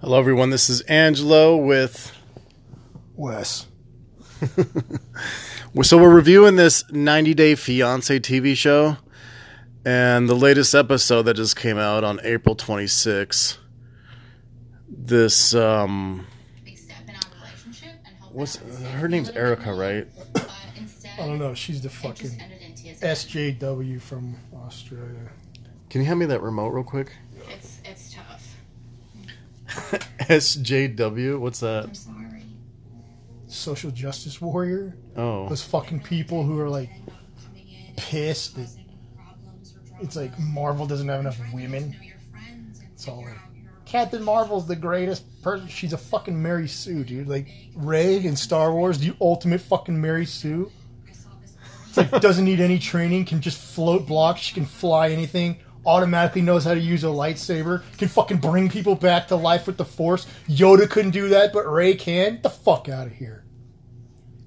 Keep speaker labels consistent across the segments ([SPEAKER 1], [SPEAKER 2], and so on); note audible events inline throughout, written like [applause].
[SPEAKER 1] Hello, everyone. This is Angelo with.
[SPEAKER 2] Wes.
[SPEAKER 1] So, we're reviewing this 90 Day Fiancé TV show and the latest episode that just came out on April 26. This, um,
[SPEAKER 3] big step in our relationship and help
[SPEAKER 1] what's
[SPEAKER 3] balance it
[SPEAKER 1] her
[SPEAKER 3] a
[SPEAKER 1] name's
[SPEAKER 3] little bit
[SPEAKER 1] Erica,
[SPEAKER 3] more,
[SPEAKER 1] right?
[SPEAKER 3] But instead,
[SPEAKER 2] I don't know. She's the
[SPEAKER 3] it just
[SPEAKER 2] Oh, fucking
[SPEAKER 3] ended in tears.
[SPEAKER 2] SJW from Australia.
[SPEAKER 1] Can you hand me that remote real quick? [laughs]
[SPEAKER 3] It's, it's tough.
[SPEAKER 1] SJW, what's that?
[SPEAKER 3] I'm sorry.
[SPEAKER 2] Social justice warrior.
[SPEAKER 1] Oh,
[SPEAKER 2] Those fucking people who are like pissed that [laughs] it's like Marvel doesn't have enough women. It's all like Captain Marvel's the greatest person. She's a fucking Mary Sue, dude. Like Rey in Star Wars, the ultimate fucking Mary Sue. It's like doesn't need any training, can just float blocks, she can fly anything, automatically knows how to use a lightsaber, can fucking bring people back to life with the force. Yoda couldn't do that, but Rey can. Get the fuck out of here.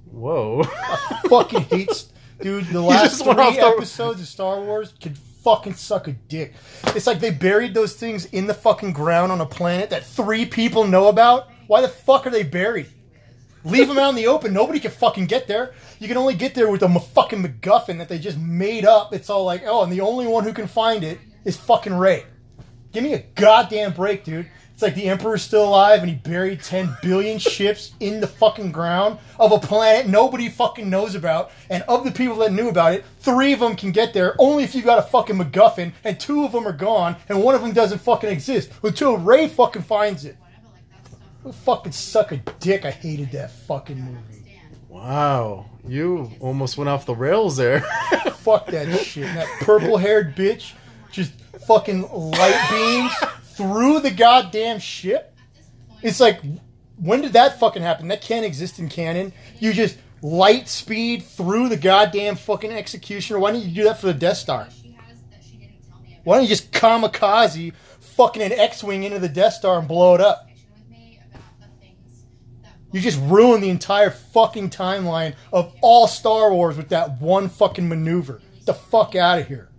[SPEAKER 1] whoa. [laughs]
[SPEAKER 2] fucking hates dude the last
[SPEAKER 1] just went
[SPEAKER 2] three
[SPEAKER 1] off the-
[SPEAKER 2] episodes of star wars could fucking suck a dick it's like they buried those things in the fucking ground on a planet that three people know about why the fuck are they buried leave them out in the open nobody can fucking get there you can only get there with a m- fucking macguffin that they just made up it's all like oh and the only one who can find it is fucking ray give me a goddamn break dude it's like the emperor's still alive and he buried 10 billion ships in the fucking ground of a planet nobody fucking knows about and of the people that knew about it three of them can get there only if you got a fucking macguffin and two of them are gone and one of them doesn't fucking exist until ray fucking finds it fucking suck a dick i hated that fucking movie
[SPEAKER 1] wow, you almost went off the rails there. [laughs]
[SPEAKER 2] Fuck that shit. And that purple haired bitch just fucking light beams through the goddamn ship. It's like, when did that fucking happen? That can't exist in canon. You just light speed through the goddamn fucking executioner. Why didn't you do that for the Death Star? Why don't you just kamikaze fucking an X Wing into the Death Star and blow it up? You just ruined the entire fucking timeline of all Star Wars with that one fucking maneuver. Get the fuck out of here.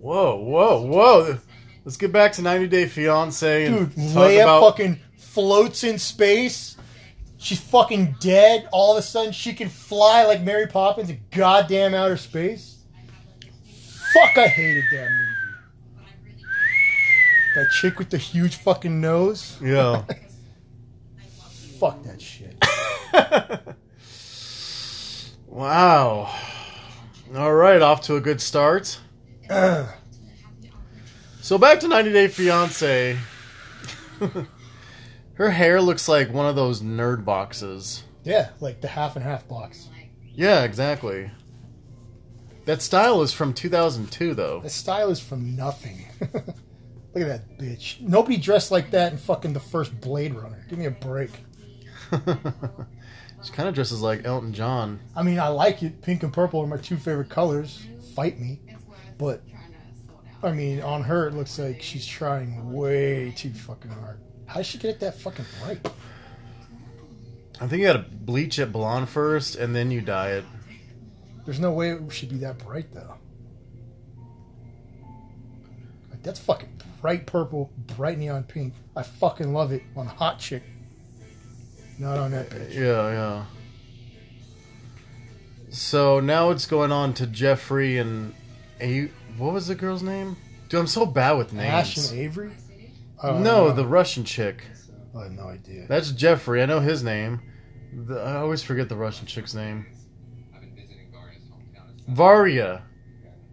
[SPEAKER 1] Whoa, whoa, whoa. Let's get back to 90 Day Fiance and
[SPEAKER 2] Dude,
[SPEAKER 1] talk
[SPEAKER 2] Leia
[SPEAKER 1] about.
[SPEAKER 2] fucking floats in space. She's fucking dead. All of a sudden, she can fly like Mary Poppins in goddamn outer space. Fuck, I hated that movie. That chick with the huge fucking nose.
[SPEAKER 1] yeah.
[SPEAKER 2] Fuck
[SPEAKER 1] [coughs]
[SPEAKER 2] that shit.
[SPEAKER 1] [laughs] Wow. All right, off to a good start.
[SPEAKER 2] Ugh.
[SPEAKER 1] So back to 90 Day Fiance. [laughs] Her hair looks like one of those nerd boxes.
[SPEAKER 2] yeah, like the half and half box.
[SPEAKER 1] Yeah, exactly. That style is from 2002, though. [laughs]
[SPEAKER 2] The style is from nothing. [laughs] Look at that bitch. Nobody dressed like that in fucking the first Blade Runner. Give me a break.
[SPEAKER 1] She kind of dresses like Elton John.
[SPEAKER 2] I mean, I like it. Pink and purple are my two favorite colors. Fight me. But, I mean, on her, it looks like she's trying way too fucking hard. How did she get it that fucking right?
[SPEAKER 1] I think you gotta bleach it blonde first, and then you dye it.
[SPEAKER 2] There's no way it should be that bright, though. Like, that's fucking bright purple, bright neon pink. I fucking love it on Hot Chick. Not on that bitch.
[SPEAKER 1] Yeah, yeah. So now it's going on to Jeffrey and A. What was the girl's name? Dude, I'm so bad with
[SPEAKER 2] Ash
[SPEAKER 1] names.
[SPEAKER 2] and Avery? Oh,
[SPEAKER 1] no, the Russian chick.
[SPEAKER 2] I have no idea.
[SPEAKER 1] That's Jeffrey. I know his name. The, I always forget the Russian chick's name.
[SPEAKER 4] I've been visiting Varya's hometown in South
[SPEAKER 1] Varya.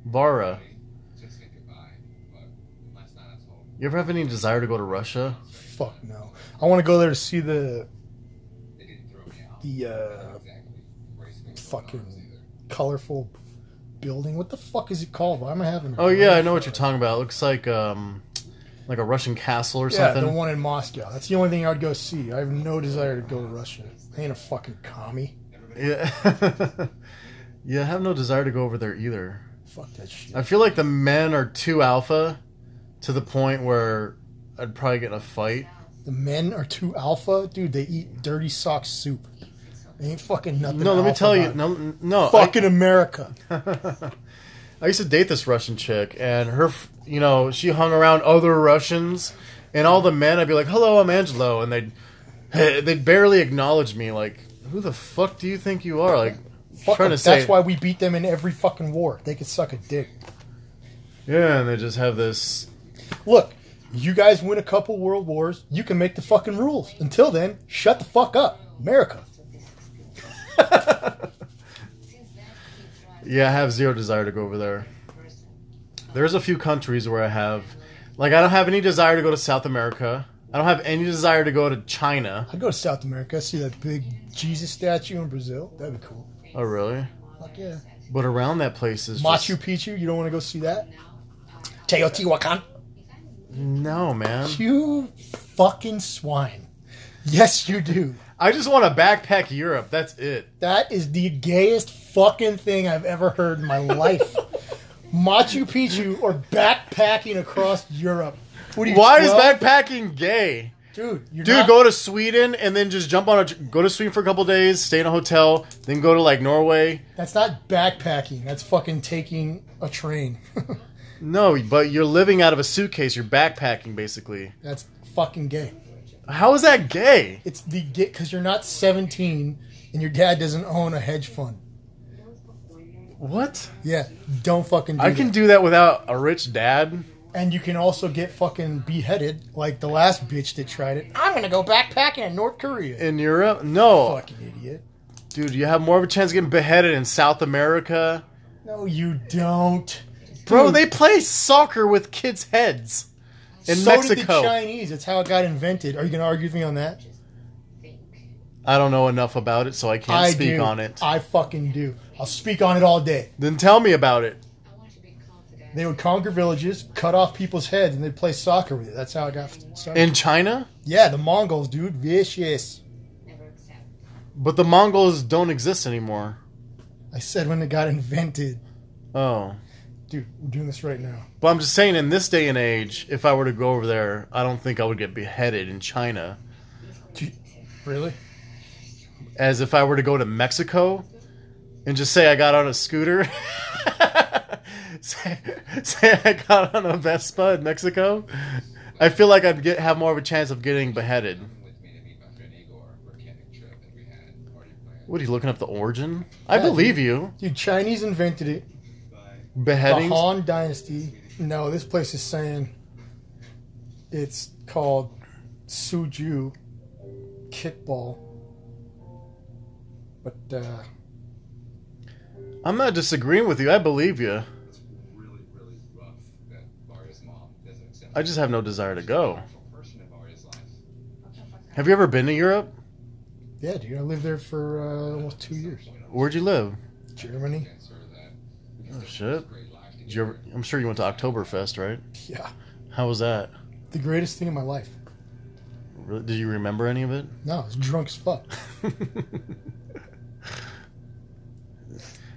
[SPEAKER 1] Vara.
[SPEAKER 4] Valley to say goodbye, but last night I told
[SPEAKER 1] You ever have any desire to go to Russia?
[SPEAKER 2] Fuck no. I want to go there to see the
[SPEAKER 4] they didn't throw me out.
[SPEAKER 2] the uh,
[SPEAKER 4] Exactly. Race me.
[SPEAKER 2] fucking colorful building. What the fuck is it called? Why am I having? a
[SPEAKER 1] Oh yeah,
[SPEAKER 2] brain
[SPEAKER 1] I know what
[SPEAKER 2] fart?
[SPEAKER 1] you're talking about. It looks like um, like a Russian castle or
[SPEAKER 2] Yeah,
[SPEAKER 1] something.
[SPEAKER 2] the one in Moscow. That's the only thing I would go see. I have no desire to go to Russia. I ain't a fucking commie.
[SPEAKER 1] Yeah. [laughs] yeah, I have no desire to go over there either.
[SPEAKER 2] Fuck that shit.
[SPEAKER 1] I feel like the men are too alpha to the point where I'd probably get in a fight.
[SPEAKER 2] The men are too alpha, dude. They eat dirty sock soup. They ain't fucking nothing.
[SPEAKER 1] No, let me
[SPEAKER 2] alpha
[SPEAKER 1] tell you.
[SPEAKER 2] about it.
[SPEAKER 1] No, no.
[SPEAKER 2] Fucking America.
[SPEAKER 1] [laughs] I, I used to date this Russian chick, and her, f- you know, she hung around other Russians, and all the men, I'd be like, "Hello, I'm Angelo," and they'd [laughs] they'd barely acknowledge me. Like, who the fuck do you think you are? Like,
[SPEAKER 2] Fuck
[SPEAKER 1] trying
[SPEAKER 2] them.
[SPEAKER 1] to say,
[SPEAKER 2] That's why we beat them in every fucking war. They could suck a dick.
[SPEAKER 1] yeah, and they just have this. [laughs]
[SPEAKER 2] Look, you guys win a couple world wars. You can make the fucking rules. Until then, shut the fuck up, America.
[SPEAKER 1] Yeah, I have zero desire to go over there. There's a few countries where I have, like, I don't have any desire to go to South America. I don't have any desire to go to China.
[SPEAKER 2] I go to South America. I see that big Jesus statue in Brazil. That'd be cool.
[SPEAKER 1] Oh, really?
[SPEAKER 2] Fuck yeah.
[SPEAKER 1] But around that place is just-
[SPEAKER 2] Machu Picchu. You don't want to go see that. Teotihuacan.
[SPEAKER 1] No, man.
[SPEAKER 2] You fucking swine. Yes, you do.
[SPEAKER 1] I just want to backpack Europe. That's it.
[SPEAKER 2] That is the gayest fucking thing I've ever heard in my [laughs] life. Machu Picchu or backpacking across Europe. What are you,
[SPEAKER 1] Why is
[SPEAKER 2] 12?
[SPEAKER 1] backpacking gay?
[SPEAKER 2] dude? You're
[SPEAKER 1] Dude,
[SPEAKER 2] not-
[SPEAKER 1] go to Sweden and then just jump on a go to Sweden for a couple days, stay in a hotel, then go to like Norway.
[SPEAKER 2] That's not backpacking. That's fucking taking a train. [laughs]
[SPEAKER 1] No, but you're living out of a suitcase. You're backpacking basically.
[SPEAKER 2] That's fucking gay.
[SPEAKER 1] How is that gay?
[SPEAKER 2] It's the gay because you're not 17 and your dad doesn't own a hedge fund.
[SPEAKER 1] What?
[SPEAKER 2] Yeah, don't fucking. Do
[SPEAKER 1] I can
[SPEAKER 2] that.
[SPEAKER 1] do that without a rich dad.
[SPEAKER 2] and you can also get fucking beheaded like the last bitch that tried it. I'm gonna go backpacking in North Korea.
[SPEAKER 1] In Europe? No.
[SPEAKER 2] Fucking idiot.
[SPEAKER 1] Dude, you have more of a chance of getting beheaded in South America.
[SPEAKER 2] No, you don't.
[SPEAKER 1] Bro,
[SPEAKER 2] Dude,
[SPEAKER 1] they play soccer with kids' heads in
[SPEAKER 2] so did
[SPEAKER 1] Mexico.
[SPEAKER 2] the Chinese. That's how it got invented. Are you gonna argue with me on that?
[SPEAKER 1] I don't know enough about it, so I can't
[SPEAKER 2] I
[SPEAKER 1] speak
[SPEAKER 2] do.
[SPEAKER 1] on it.
[SPEAKER 2] I fucking do. I'll speak on it all day.
[SPEAKER 1] Then tell me about it.
[SPEAKER 2] They would conquer villages, cut off people's heads, and they'd play soccer with it. That's how it got started.
[SPEAKER 1] In China?
[SPEAKER 2] yeah, the Mongols, dude, vicious.
[SPEAKER 1] But the Mongols don't exist anymore.
[SPEAKER 2] I said when it got invented,
[SPEAKER 1] Oh.
[SPEAKER 2] dude. We're doing this right now.
[SPEAKER 1] But I'm just saying, in this day and age, if I were to go over there, I don't think I would get beheaded in China.
[SPEAKER 2] Really?
[SPEAKER 1] As if I were to go to Mexico and just say I got on a scooter. [laughs] say, say I got on a Vespa in Mexico. I feel like I'd get have more of a chance of getting beheaded.
[SPEAKER 4] with me to meet my friend Igor for a camping trip that we had already planned.
[SPEAKER 1] What are you looking up the origin? I
[SPEAKER 2] Yeah,
[SPEAKER 1] believe you.
[SPEAKER 2] Dude, Chinese invented it.
[SPEAKER 1] Beheadings.
[SPEAKER 2] The Han Dynasty. No, this place is saying it's called Suju Kitball. But uh,
[SPEAKER 1] I'm not disagreeing with you. I believe you.
[SPEAKER 4] It's really, really rough that Maria's mom doesn't accept
[SPEAKER 1] I just have no desire to go.
[SPEAKER 4] a person in Maria's life.
[SPEAKER 1] Have you ever been to Europe?
[SPEAKER 2] yeah, dude, I lived there for uh, almost two years.
[SPEAKER 1] Where'd you live?
[SPEAKER 2] Germany.
[SPEAKER 4] It's sort of that
[SPEAKER 1] Oh shit!
[SPEAKER 4] great life to
[SPEAKER 1] Did you ever, I'm sure you went to Oktoberfest, right?
[SPEAKER 2] Yeah,
[SPEAKER 1] How was that?
[SPEAKER 2] the greatest thing in my life.
[SPEAKER 1] Really, did you remember any of it?
[SPEAKER 2] No, I was drunk as fuck.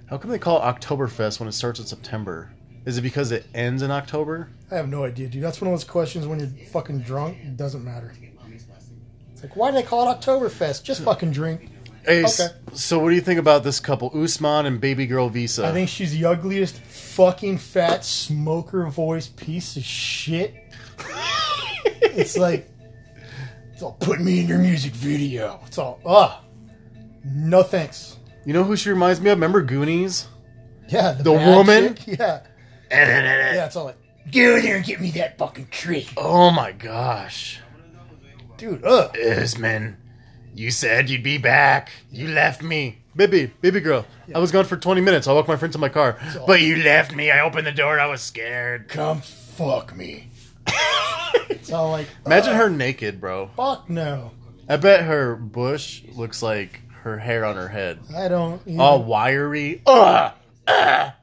[SPEAKER 1] How come they call it Oktoberfest when it starts in September? Is it because it ends in October?
[SPEAKER 2] I have no idea, dude. That's one of those questions when you're fucking drunk. It doesn't matter. It's like, why do they call it Oktoberfest? Just fucking drink.
[SPEAKER 1] Hey, s-
[SPEAKER 2] Okay.
[SPEAKER 1] so what do you think about this couple, Usman and baby girl Visa?
[SPEAKER 2] I think she's the ugliest fucking fat smoker voice piece of shit. it's like [laughs] it's all put me in your music video. It's all ah. No thanks.
[SPEAKER 1] [laughs] you know who she reminds me of? Remember Goonies?
[SPEAKER 2] Yeah, the,
[SPEAKER 1] The
[SPEAKER 2] bad
[SPEAKER 1] woman?
[SPEAKER 2] chick, Yeah. yeah, it's all like get over there and get me that fucking tree.
[SPEAKER 1] Oh my gosh.
[SPEAKER 2] Dude, ugh.
[SPEAKER 1] Usman, you said you'd be back. You left me. Baby, baby girl. I was gone for 20 minutes. I walked my friend to my car. But you left me. I opened the door. I was scared. [laughs]
[SPEAKER 2] Come fuck me. it's all like
[SPEAKER 1] Imagine her naked, bro.
[SPEAKER 2] fuck no.
[SPEAKER 1] I bet her bush looks like her hair on her head.
[SPEAKER 2] I don't even,
[SPEAKER 1] All wiry. Ugh! Ugh!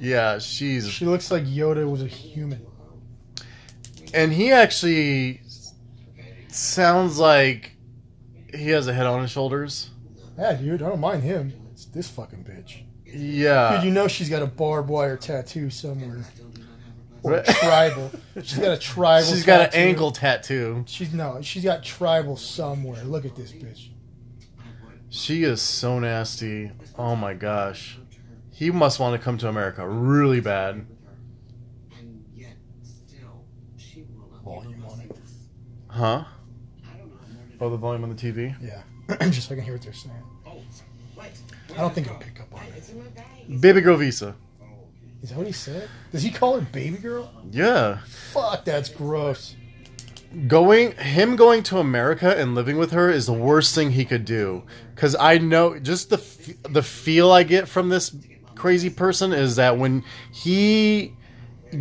[SPEAKER 1] Yeah, she's.
[SPEAKER 2] she looks like Yoda was a human.
[SPEAKER 1] And he actually sounds like he has a head on his shoulders.
[SPEAKER 2] Yeah, dude, I don't mind him. It's this fucking bitch.
[SPEAKER 1] Yeah.
[SPEAKER 2] Dude, you know she's got a barbed wire tattoo somewhere. Or
[SPEAKER 1] Right. [laughs]
[SPEAKER 2] tribal. She's got a tribal.
[SPEAKER 1] She's got an
[SPEAKER 2] tattoo.
[SPEAKER 1] ankle tattoo.
[SPEAKER 2] She's no. She's got tribal somewhere. Look at this bitch.
[SPEAKER 1] She is so nasty. Oh my gosh. He must want to come to America really bad.
[SPEAKER 5] And yet, still, she
[SPEAKER 2] volume on it.
[SPEAKER 1] Huh? Oh, the volume on the TV.
[SPEAKER 2] Yeah, [clears throat] just so I can hear what they're saying. I don't think it'll pick up on it.
[SPEAKER 1] Baby girl Visa.
[SPEAKER 2] Is that what he said? Does he call her baby girl?
[SPEAKER 1] Yeah.
[SPEAKER 2] Fuck, that's gross.
[SPEAKER 1] Going him going to America and living with her is the worst thing he could do cuz I know just the f- the feel I get from this crazy person is that when he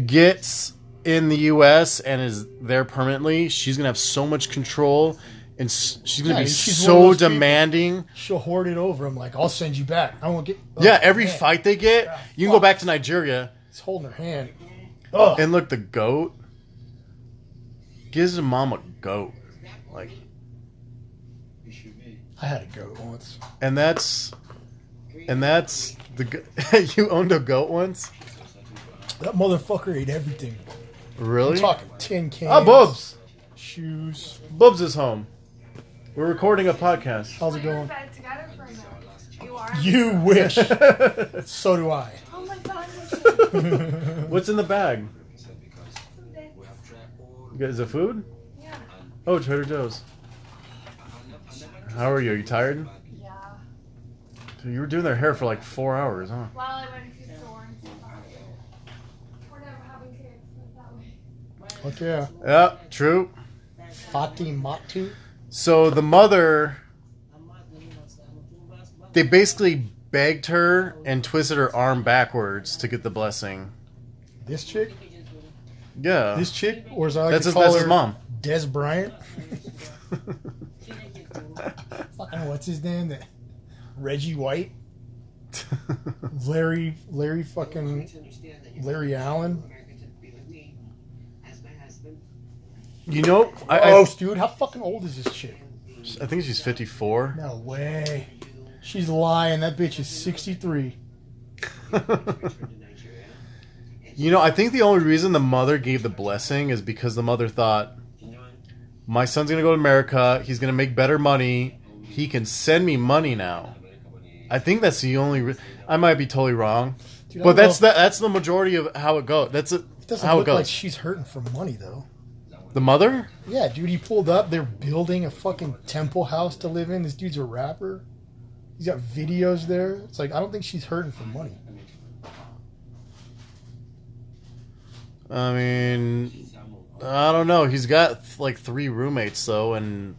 [SPEAKER 1] gets in the US and is there permanently, she's going to have so much control and s- she's going to
[SPEAKER 2] Yeah,
[SPEAKER 1] be
[SPEAKER 2] she's one of
[SPEAKER 1] so
[SPEAKER 2] those people-
[SPEAKER 1] demanding.
[SPEAKER 2] She'll hoard it over him like, I'll send you back. I won't get. Ugh,
[SPEAKER 1] Yeah, every
[SPEAKER 2] Oh, man.
[SPEAKER 1] fight they get, you can go back to Nigeria
[SPEAKER 2] He's holding her hand. Ugh.
[SPEAKER 1] and look the goat gives his mom a goat. Like
[SPEAKER 2] I had a goat once.
[SPEAKER 1] and that's and that's the g- [laughs] you owned a goat once?
[SPEAKER 2] That motherfucker ate everything. I'm
[SPEAKER 1] Really?
[SPEAKER 2] talking tin cans.
[SPEAKER 1] Ah, Bubs.
[SPEAKER 2] Shoes.
[SPEAKER 1] Bubs is home. We're recording a podcast.
[SPEAKER 2] How's it going?
[SPEAKER 5] together for a minute. You are.
[SPEAKER 2] You wish. so do I. [laughs]
[SPEAKER 5] Oh my god. this
[SPEAKER 1] [laughs]
[SPEAKER 5] is-
[SPEAKER 1] What's in the bag? Is it food?
[SPEAKER 5] yeah.
[SPEAKER 1] Oh, Trader Joe's. How are you? Are you tired?
[SPEAKER 5] Yeah.
[SPEAKER 1] Dude, you were doing their hair for like four hours, huh?
[SPEAKER 5] Well, I went to the store and stuff. We're never having kids. put it that way.
[SPEAKER 2] Fuck yeah.
[SPEAKER 1] Yeah, true.
[SPEAKER 2] Fati Matu.
[SPEAKER 1] So the mother, they basically begged her and twisted her arm backwards to get the blessing.
[SPEAKER 2] This chick?
[SPEAKER 1] Yeah,
[SPEAKER 2] This chick? Or is I like
[SPEAKER 1] that's
[SPEAKER 2] to
[SPEAKER 1] his,
[SPEAKER 2] call
[SPEAKER 1] that's
[SPEAKER 2] her
[SPEAKER 1] his mom. [laughs]
[SPEAKER 2] Des Bryant? Fucking what's his name? That- Reggie White? Larry, Larry fucking Larry Allen?
[SPEAKER 1] you know, I, I,
[SPEAKER 2] Oh, dude, how fucking old is this chick?
[SPEAKER 1] I think she's fifty-four. [laughs]
[SPEAKER 2] No way. She's lying. That bitch is 63.
[SPEAKER 1] you know, I think the only reason the mother gave the blessing is because the mother thought, my son's going to go to America. He's going to make better money. He can send me money now. I think that's the only. Re- I might be totally wrong,
[SPEAKER 2] Dude,
[SPEAKER 1] but
[SPEAKER 2] I don't know
[SPEAKER 1] that's
[SPEAKER 2] if-
[SPEAKER 1] the, that's the majority of how it goes. That's it,
[SPEAKER 2] It doesn't
[SPEAKER 1] how it
[SPEAKER 2] look
[SPEAKER 1] goes.
[SPEAKER 2] like she's hurting for money, though.
[SPEAKER 1] the mother?
[SPEAKER 2] Yeah, dude, he pulled up. They're building a fucking temple house to live in. This dude's a rapper. He's got videos there. It's like, I don't think she's hurting for money.
[SPEAKER 1] I mean, I don't know. He's got th- like three roommates though, and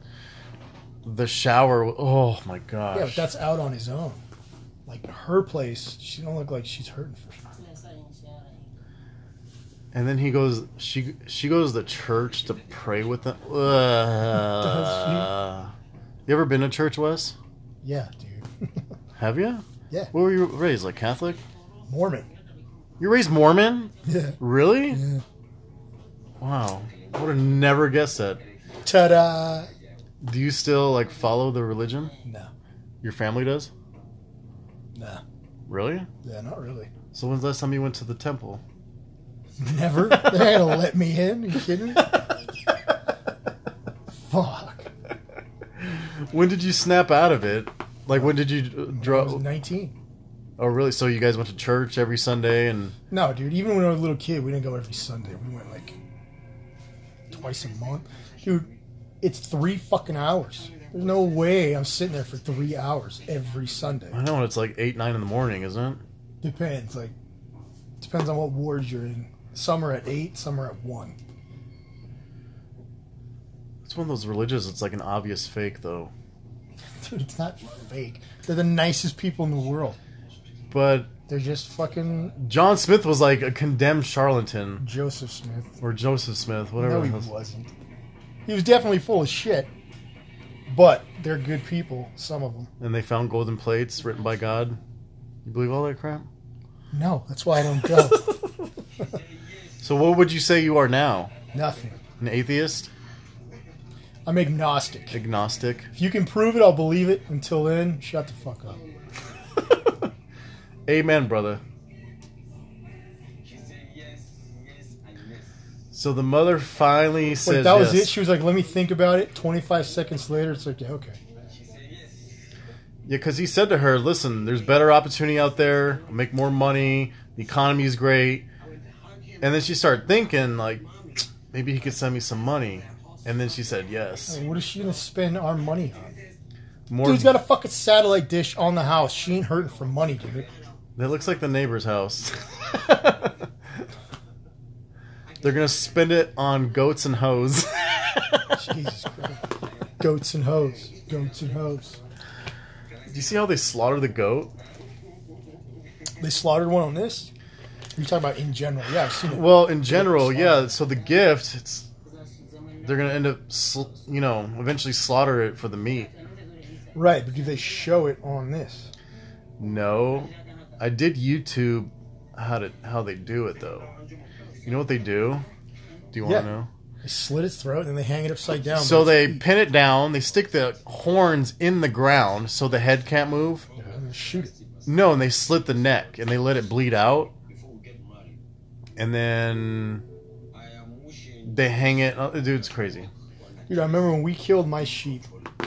[SPEAKER 1] the shower. Oh my gosh!
[SPEAKER 2] Yeah, but that's out on his own. Like, her place, she don't look like she's hurting for
[SPEAKER 1] And then he goes. She she goes to church to pray with them. Ugh. you ever been to church, Wes?
[SPEAKER 2] Yeah, dude. [laughs]
[SPEAKER 1] Have you?
[SPEAKER 2] Yeah.
[SPEAKER 1] Where were you raised? Like Catholic?
[SPEAKER 2] Mormon.
[SPEAKER 1] You raised Mormon?
[SPEAKER 2] Yeah.
[SPEAKER 1] Really?
[SPEAKER 2] Yeah.
[SPEAKER 1] Wow. I would have never guessed that.
[SPEAKER 2] Ta da!
[SPEAKER 1] Do you still like follow the religion?
[SPEAKER 2] No.
[SPEAKER 1] Your family does?
[SPEAKER 2] No.
[SPEAKER 1] Really?
[SPEAKER 2] Yeah, not really.
[SPEAKER 1] So when's the last time you went to the temple?
[SPEAKER 2] [laughs] [laughs] Never. They're not gonna let me in. Are you [laughs] kidding? Fuck.
[SPEAKER 1] [laughs] when did you snap out of it? Like when did you uh,
[SPEAKER 2] I was
[SPEAKER 1] draw?
[SPEAKER 2] 19.
[SPEAKER 1] Oh, really? So you guys went to church every Sunday and
[SPEAKER 2] No, dude. Even when I was a little kid, we didn't go every Sunday. We went like twice a month. Dude, it's three fucking hours. There's no way I'm sitting there for three hours every Sunday.
[SPEAKER 1] I know it's like eight, nine in the morning, isn't it?
[SPEAKER 2] Depends. Like, depends on what wards you're in. Some are at eight. Some are at one. [laughs]
[SPEAKER 1] It's one of those religions. It's like an obvious fake, though.
[SPEAKER 2] Dude, it's not fake. They're the nicest people in the world.
[SPEAKER 1] But
[SPEAKER 2] They're just fucking
[SPEAKER 1] John Smith was like a condemned charlatan,
[SPEAKER 2] Joseph Smith.
[SPEAKER 1] or Joseph Smith, whatever.
[SPEAKER 2] No, he
[SPEAKER 1] it was.
[SPEAKER 2] wasn't. He was definitely full of shit, but they're good people, some of them.
[SPEAKER 1] And they found golden plates written by God. You believe all that crap?
[SPEAKER 2] No, that's why I
[SPEAKER 1] [laughs]
[SPEAKER 2] don't go.
[SPEAKER 1] So what would you say you are now?
[SPEAKER 2] Nothing.
[SPEAKER 1] An atheist,
[SPEAKER 2] I'm agnostic.
[SPEAKER 1] agnostic, [laughs]
[SPEAKER 2] If you can prove it, I'll believe it. Until then, shut the fuck up.
[SPEAKER 1] amen, brother. So the mother finally
[SPEAKER 2] Like,
[SPEAKER 1] says
[SPEAKER 2] that was
[SPEAKER 1] yes.
[SPEAKER 2] it. She was like, let me think about it. 25 seconds later, it's like, yeah, okay.
[SPEAKER 1] Yeah, because he said to her, "Listen, there's better opportunity out there. Make more money. The economy's great." And then she started thinking, like, maybe he could send me some money. And then she said yes.
[SPEAKER 2] What is she gonna spend our money on?
[SPEAKER 1] More
[SPEAKER 2] Dude's got a fucking satellite dish on the house. She ain't hurting for money, dude.
[SPEAKER 1] that looks like the neighbor's house. [laughs] They're gonna spend it on goats and hoes. [laughs]
[SPEAKER 2] Jesus Christ. Goats and hoes. Goats and hoes.
[SPEAKER 1] Do you see how they slaughter the goat?
[SPEAKER 2] They slaughtered one on this? You're talking about in general. Yeah, I've seen it.
[SPEAKER 1] Well, in general, yeah. So the gift, it's they're gonna end up, sl- you know, eventually slaughter it for the meat.
[SPEAKER 2] Right, but do they show it on this?
[SPEAKER 1] No, I did YouTube how to how they do it though. You know what they do? Do you want
[SPEAKER 2] Yeah.
[SPEAKER 1] to know?
[SPEAKER 2] They slit its throat and then they hang it upside down.
[SPEAKER 1] So they pin it down. They stick the horns in the ground so the head can't move.
[SPEAKER 2] And they shoot it.
[SPEAKER 1] No, and they slit the neck and they let it bleed out, and then they hang it. oh, Dude, it's crazy.
[SPEAKER 2] Dude, I remember when we killed my sheep.
[SPEAKER 4] uh,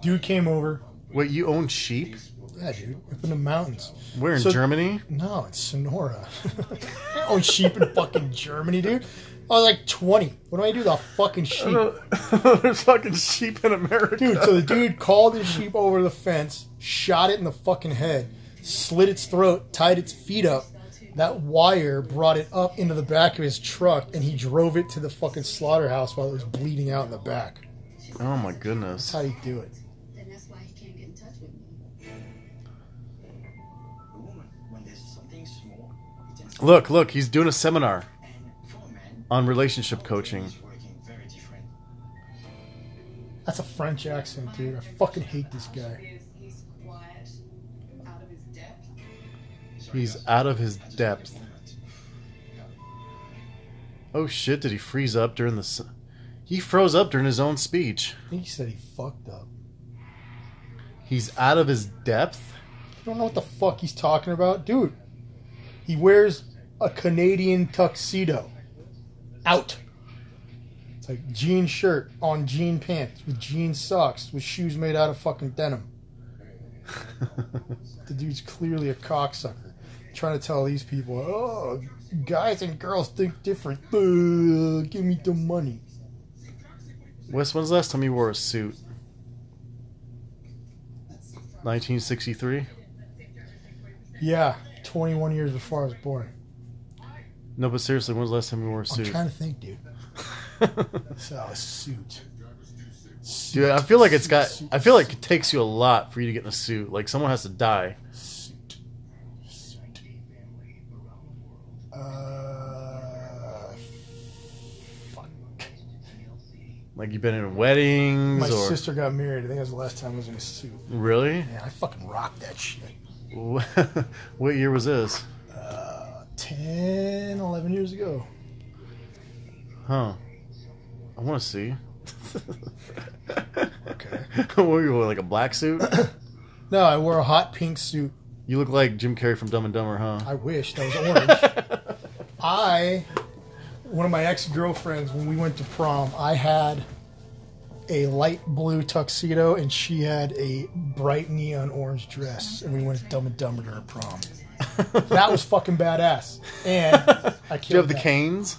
[SPEAKER 2] Dude came over.
[SPEAKER 1] Wait, you own sheep?
[SPEAKER 2] Yeah, dude, up in the mountains.
[SPEAKER 1] We're in [laughs]
[SPEAKER 2] So-
[SPEAKER 1] Germany.
[SPEAKER 2] No, it's Sonora. [laughs] I own sheep in fucking Germany, dude. I was like 20. What do I do with a fucking sheep?
[SPEAKER 1] [laughs] There's fucking sheep in America.
[SPEAKER 2] Dude, so the dude called his sheep over the fence, shot it in the fucking head, slit its throat, tied its feet up. That wire brought it up into the back of his truck, and he drove it to the fucking slaughterhouse while it was bleeding out in the back.
[SPEAKER 1] oh my goodness.
[SPEAKER 2] That's how you do it.
[SPEAKER 3] Then that's why he can't get in touch with me.
[SPEAKER 6] A woman, when there's something small, it ends up-
[SPEAKER 1] Look, look, he's doing a seminar
[SPEAKER 6] and for a man,
[SPEAKER 1] on relationship coaching.
[SPEAKER 6] it's working very different.
[SPEAKER 2] That's a French accent, dude. I fucking hate this guy.
[SPEAKER 3] He's, he's quiet, out of his depth.
[SPEAKER 6] Sorry,
[SPEAKER 1] He's
[SPEAKER 6] guys,
[SPEAKER 1] out of his
[SPEAKER 6] I just need a
[SPEAKER 1] depth.
[SPEAKER 6] moment.
[SPEAKER 1] Oh shit, did he freeze up during the. s he froze up during his own speech.
[SPEAKER 2] I think he said he fucked up.
[SPEAKER 1] He's out of his depth? [laughs]
[SPEAKER 2] You don't know what the fuck he's talking about, dude. He wears a Canadian tuxedo. Out. It's like jean shirt on jean pants with jean socks with shoes made out of fucking denim. The dude's clearly a cocksucker. Trying to tell these people, oh, guys and girls think different. Uh, give me the money.
[SPEAKER 1] Wes, when's the last time you wore a suit? 1963?
[SPEAKER 2] Yeah, 21 years before I was born.
[SPEAKER 1] No, but seriously, when's the last time you wore a
[SPEAKER 2] I'm
[SPEAKER 1] suit?
[SPEAKER 2] trying to think, dude. [laughs] So, a suit.
[SPEAKER 1] [laughs] Dude, I feel like it's got. I feel like it takes you a lot for you to get in a suit. Like, someone has to die.
[SPEAKER 2] Suit. Suit. Uh, fuck.
[SPEAKER 1] Like, you've been in weddings
[SPEAKER 2] My
[SPEAKER 1] or.
[SPEAKER 2] sister got married. I think that was the last time I was in a suit.
[SPEAKER 1] Really? [laughs]
[SPEAKER 2] Man, I fucking rocked that shit.
[SPEAKER 1] what year was this?
[SPEAKER 2] Uh, 10, 11 years ago.
[SPEAKER 1] Huh. I want to see.
[SPEAKER 2] Okay.
[SPEAKER 1] [laughs] what were you, like a black
[SPEAKER 2] [coughs]
[SPEAKER 1] suit?
[SPEAKER 2] No, I wore a hot pink suit.
[SPEAKER 1] You look like Jim Carrey from Dumb and Dumber, huh?
[SPEAKER 2] I wish that was
[SPEAKER 1] [laughs]
[SPEAKER 2] orange. I, one of my ex girlfriends, when we went to prom, I had a light blue tuxedo and she had a bright neon orange dress, and we went Dumb and Dumber to her prom. that was fucking badass.
[SPEAKER 1] [laughs]
[SPEAKER 2] And I killed
[SPEAKER 1] Do you have the
[SPEAKER 2] that.
[SPEAKER 1] canes?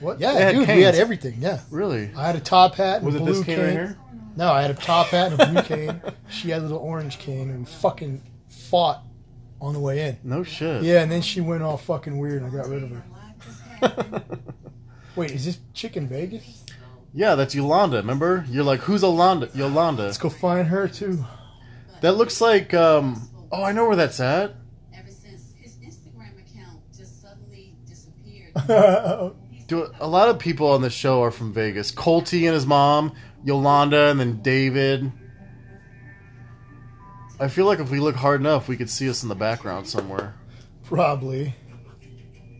[SPEAKER 2] What? Yeah,
[SPEAKER 1] They had
[SPEAKER 2] dude, we
[SPEAKER 1] canes.
[SPEAKER 2] had everything. Yeah,
[SPEAKER 1] Really?
[SPEAKER 2] I had a top hat and
[SPEAKER 1] Was
[SPEAKER 2] a
[SPEAKER 1] it
[SPEAKER 2] blue
[SPEAKER 1] this cane
[SPEAKER 2] cane.
[SPEAKER 1] right here?
[SPEAKER 2] No, I had a top hat and a
[SPEAKER 1] [laughs]
[SPEAKER 2] blue cane. She had a little orange cane, and we fucking fought on the way in.
[SPEAKER 1] No shit.
[SPEAKER 2] Yeah, and then she went all fucking weird and I got rid of her. Wait, is this chick in Vegas?
[SPEAKER 1] [laughs] Yeah, that's Yolanda, remember? You're like, who's Yolanda? Yolanda.
[SPEAKER 2] Let's go find her too. [laughs]
[SPEAKER 1] That looks like, um, oh, I know where that's at.
[SPEAKER 3] Ever since his Instagram account just suddenly disappeared.
[SPEAKER 2] Dude,
[SPEAKER 1] Dude, a lot of people on the show are from Vegas. Colty and his mom, Yolanda, and then David. I feel like if we look hard enough, we could see us in the background somewhere.
[SPEAKER 2] Probably.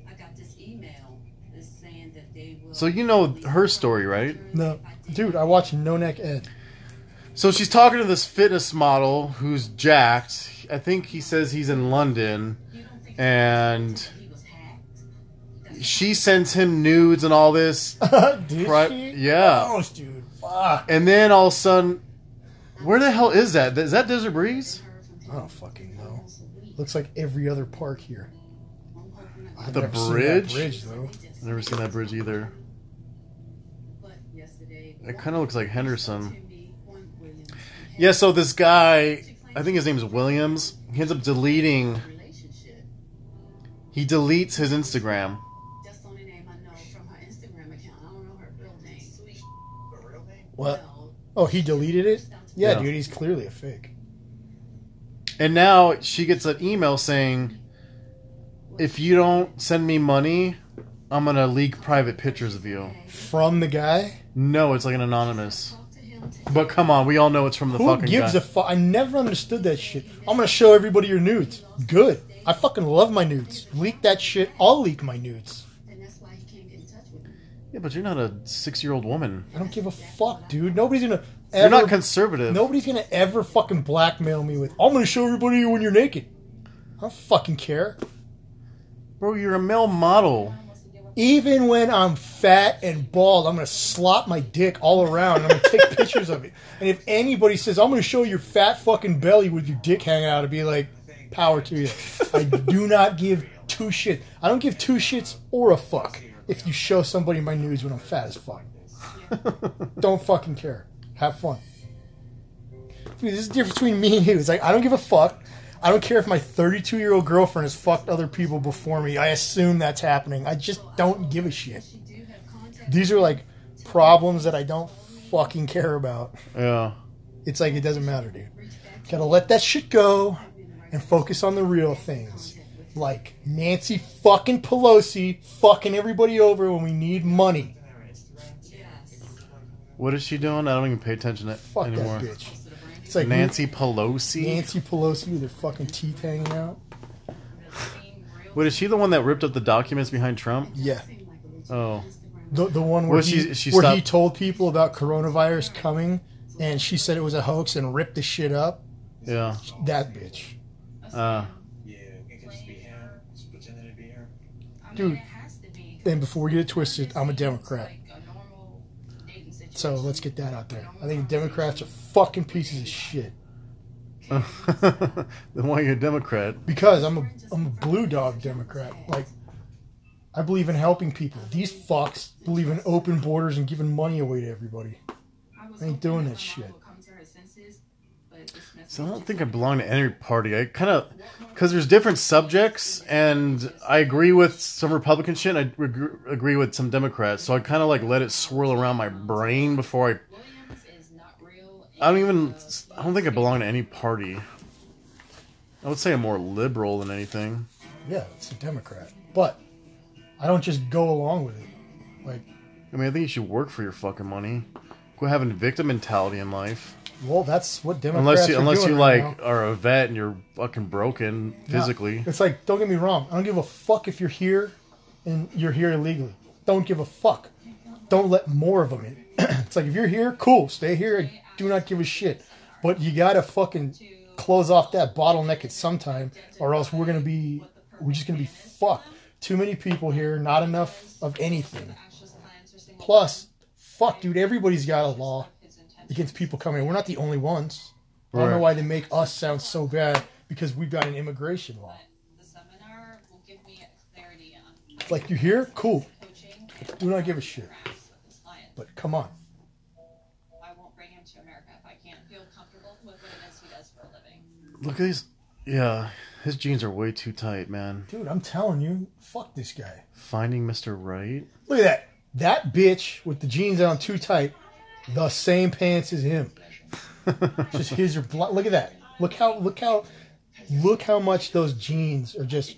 [SPEAKER 3] I got this email that's saying that they will.
[SPEAKER 1] So you know her story, right?
[SPEAKER 2] No. Dude, I watched No Neck Ed. [laughs]
[SPEAKER 1] So she's talking to this fitness model who's jacked. I think he says he's in London, and
[SPEAKER 3] He was hacked.
[SPEAKER 1] she sends him nudes and all this.
[SPEAKER 2] Did
[SPEAKER 1] Pri-
[SPEAKER 2] she?
[SPEAKER 1] yeah.
[SPEAKER 2] Gross, dude. Fuck.
[SPEAKER 1] And then all of a sudden, where the hell is that? Is that Desert Breeze?
[SPEAKER 2] I don't fucking know. Looks like every other park here.
[SPEAKER 3] I'm hoping that
[SPEAKER 2] I've
[SPEAKER 1] The
[SPEAKER 2] never seen that
[SPEAKER 1] bridge?
[SPEAKER 2] bridge though.
[SPEAKER 1] I've never seen that bridge either.
[SPEAKER 3] yesterday.
[SPEAKER 1] It kinda looks like Henderson.
[SPEAKER 3] Timmy, one Williams, and
[SPEAKER 1] Yeah, so this guy, I think his name's Williams, he ends up deleting,
[SPEAKER 3] Henderson's Relationship.
[SPEAKER 1] he deletes his Instagram.
[SPEAKER 3] That's the only name I know from her Instagram account. I don't know her real name. Sweet.
[SPEAKER 6] Her real name?
[SPEAKER 2] What?
[SPEAKER 3] No.
[SPEAKER 2] Oh, he deleted it? Yeah,
[SPEAKER 1] Yeah.
[SPEAKER 2] dude, he's clearly a fake.
[SPEAKER 1] And now she gets an email saying, if you don't send me money, I'm going to leak private pictures of you.
[SPEAKER 2] From the guy
[SPEAKER 1] No, it's like an anonymous.
[SPEAKER 3] Talk to him today.
[SPEAKER 1] But come on, we all know it's from the
[SPEAKER 2] who
[SPEAKER 1] fucking
[SPEAKER 2] gives
[SPEAKER 1] guy.
[SPEAKER 2] a fuck. I never understood that shit. I'm gonna show everybody your nudes. Good. I fucking love my nudes. Leak that shit. I'll leak my nudes.
[SPEAKER 3] And that's why he can't get in touch with me.
[SPEAKER 1] yeah, but you're not a six year old woman.
[SPEAKER 2] I don't give a fuck, dude. Nobody's gonna
[SPEAKER 1] You're
[SPEAKER 2] ever.
[SPEAKER 1] not conservative.
[SPEAKER 2] nobody's gonna ever fucking blackmail me with. I'm gonna show everybody when you're naked. I don't fucking care.
[SPEAKER 1] Bro, you're a male model. [laughs]
[SPEAKER 2] Even when I'm fat and bald, I'm gonna slop my dick all around. And I'm gonna take pictures of it. And if anybody says I'm gonna show your fat fucking belly with your dick hanging out, I'd be like, power to you. I do not give two shits. I don't give two shits or a fuck if you show somebody my nudes when I'm fat as fuck. don't fucking care. Have fun. Dude, this is the difference between me and you. It's like I don't give a fuck. I don't care if my 32 year old girlfriend has fucked other people before me. I assume that's happening. I just don't give a shit.
[SPEAKER 3] She do have contact.
[SPEAKER 2] These are like problems that I don't fucking care about.
[SPEAKER 1] Yeah.
[SPEAKER 2] It's like it doesn't matter, dude.
[SPEAKER 3] Reach back
[SPEAKER 2] Gotta let that shit go and focus on the real things. Like Nancy fucking Pelosi fucking everybody over when we need money.
[SPEAKER 3] to us.
[SPEAKER 1] What is she doing? I don't even pay attention to
[SPEAKER 2] Fuck
[SPEAKER 1] anymore.
[SPEAKER 2] that bitch. It's like
[SPEAKER 1] Nancy Pelosi.
[SPEAKER 2] Nancy Pelosi with her fucking teeth hanging out.
[SPEAKER 1] Wait, is she the one that ripped up the documents behind Trump?
[SPEAKER 2] Yeah.
[SPEAKER 3] Seem like a legit
[SPEAKER 1] Oh.
[SPEAKER 3] Instagram.
[SPEAKER 2] The, the one where,
[SPEAKER 1] Well, she-
[SPEAKER 2] he,
[SPEAKER 1] she
[SPEAKER 2] where he
[SPEAKER 1] stopped-
[SPEAKER 2] told people about coronavirus coming and she said it was a hoax and ripped the shit up.
[SPEAKER 1] Yeah. [laughs]
[SPEAKER 2] That bitch.
[SPEAKER 1] Uh,
[SPEAKER 6] Yeah, it could just be him. Just pretending to be her.
[SPEAKER 3] I mean,
[SPEAKER 2] dude.
[SPEAKER 3] it has to be.
[SPEAKER 2] And before we get it twisted, I'm a Democrat.
[SPEAKER 3] Like a normal dating situation.
[SPEAKER 2] So let's get that out there. I think Democrats are fucking pieces of shit.
[SPEAKER 1] then why you're a Democrat?
[SPEAKER 2] Because I'm a I'm a blue dog Democrat. Like I believe in helping people. These fucks believe in open borders and giving money away to everybody.
[SPEAKER 3] I was
[SPEAKER 2] I ain't
[SPEAKER 3] hoping
[SPEAKER 2] doing
[SPEAKER 3] my
[SPEAKER 2] that
[SPEAKER 3] mom
[SPEAKER 2] shit.
[SPEAKER 3] would come to her senses, but it's messed
[SPEAKER 1] So I
[SPEAKER 3] up.
[SPEAKER 1] don't think I belong to any party. I kind of, because there's different subjects, and I agree with some Republican shit, and I reg- agree with some Democrats. So I kind of like let it swirl around my brain before I.
[SPEAKER 3] Williams is not real.
[SPEAKER 1] I don't
[SPEAKER 3] and,
[SPEAKER 1] even.
[SPEAKER 3] uh,
[SPEAKER 1] I don't think I belong to any party. I would say I'm more liberal than anything.
[SPEAKER 2] Yeah, it's a Democrat. But I don't just go along with it. Like,
[SPEAKER 1] I mean, I think you should work for your fucking money. Quit having victim mentality in life.
[SPEAKER 2] well, that's what Democrats
[SPEAKER 1] Unless you,
[SPEAKER 2] are
[SPEAKER 1] unless
[SPEAKER 2] doing
[SPEAKER 1] you
[SPEAKER 2] right
[SPEAKER 1] like
[SPEAKER 2] now.
[SPEAKER 1] are a vet and you're fucking broken physically.
[SPEAKER 2] It's like, don't get me wrong. I don't give a fuck if you're here and you're here illegally. Don't give a fuck. Don't let more of them in. [clears throat] it's like, if you're here, cool, stay here. I do not give a shit. But you gotta fucking close off that bottleneck at some time, or else we're gonna be, we're just gonna be fucked. Too many people here, not enough of anything.
[SPEAKER 3] Ashley's plans are single-
[SPEAKER 2] Plus, fuck, dude, everybody's got a law
[SPEAKER 3] his intention.
[SPEAKER 2] against people coming. in. We're not the only ones. I don't know
[SPEAKER 1] Right.
[SPEAKER 2] why they make us sound so bad because we've got an immigration law.
[SPEAKER 3] The seminar will give me clarity on
[SPEAKER 2] It's like, you here? Cool.
[SPEAKER 3] coaching and
[SPEAKER 2] Do not give a shit.
[SPEAKER 3] crafts with this client.
[SPEAKER 2] But come on.
[SPEAKER 3] I won't bring him to America if I can't feel comfortable with what it is he does for a living.
[SPEAKER 1] Look at these. Yeah, his jeans are way too tight, man.
[SPEAKER 2] Dude, I'm telling you, fuck this guy.
[SPEAKER 1] Finding Mr. Right.
[SPEAKER 2] Look at that. That bitch with the jeans on too tight, the same pants as him. just his are bl- look at that. Look how look how look how much those jeans are just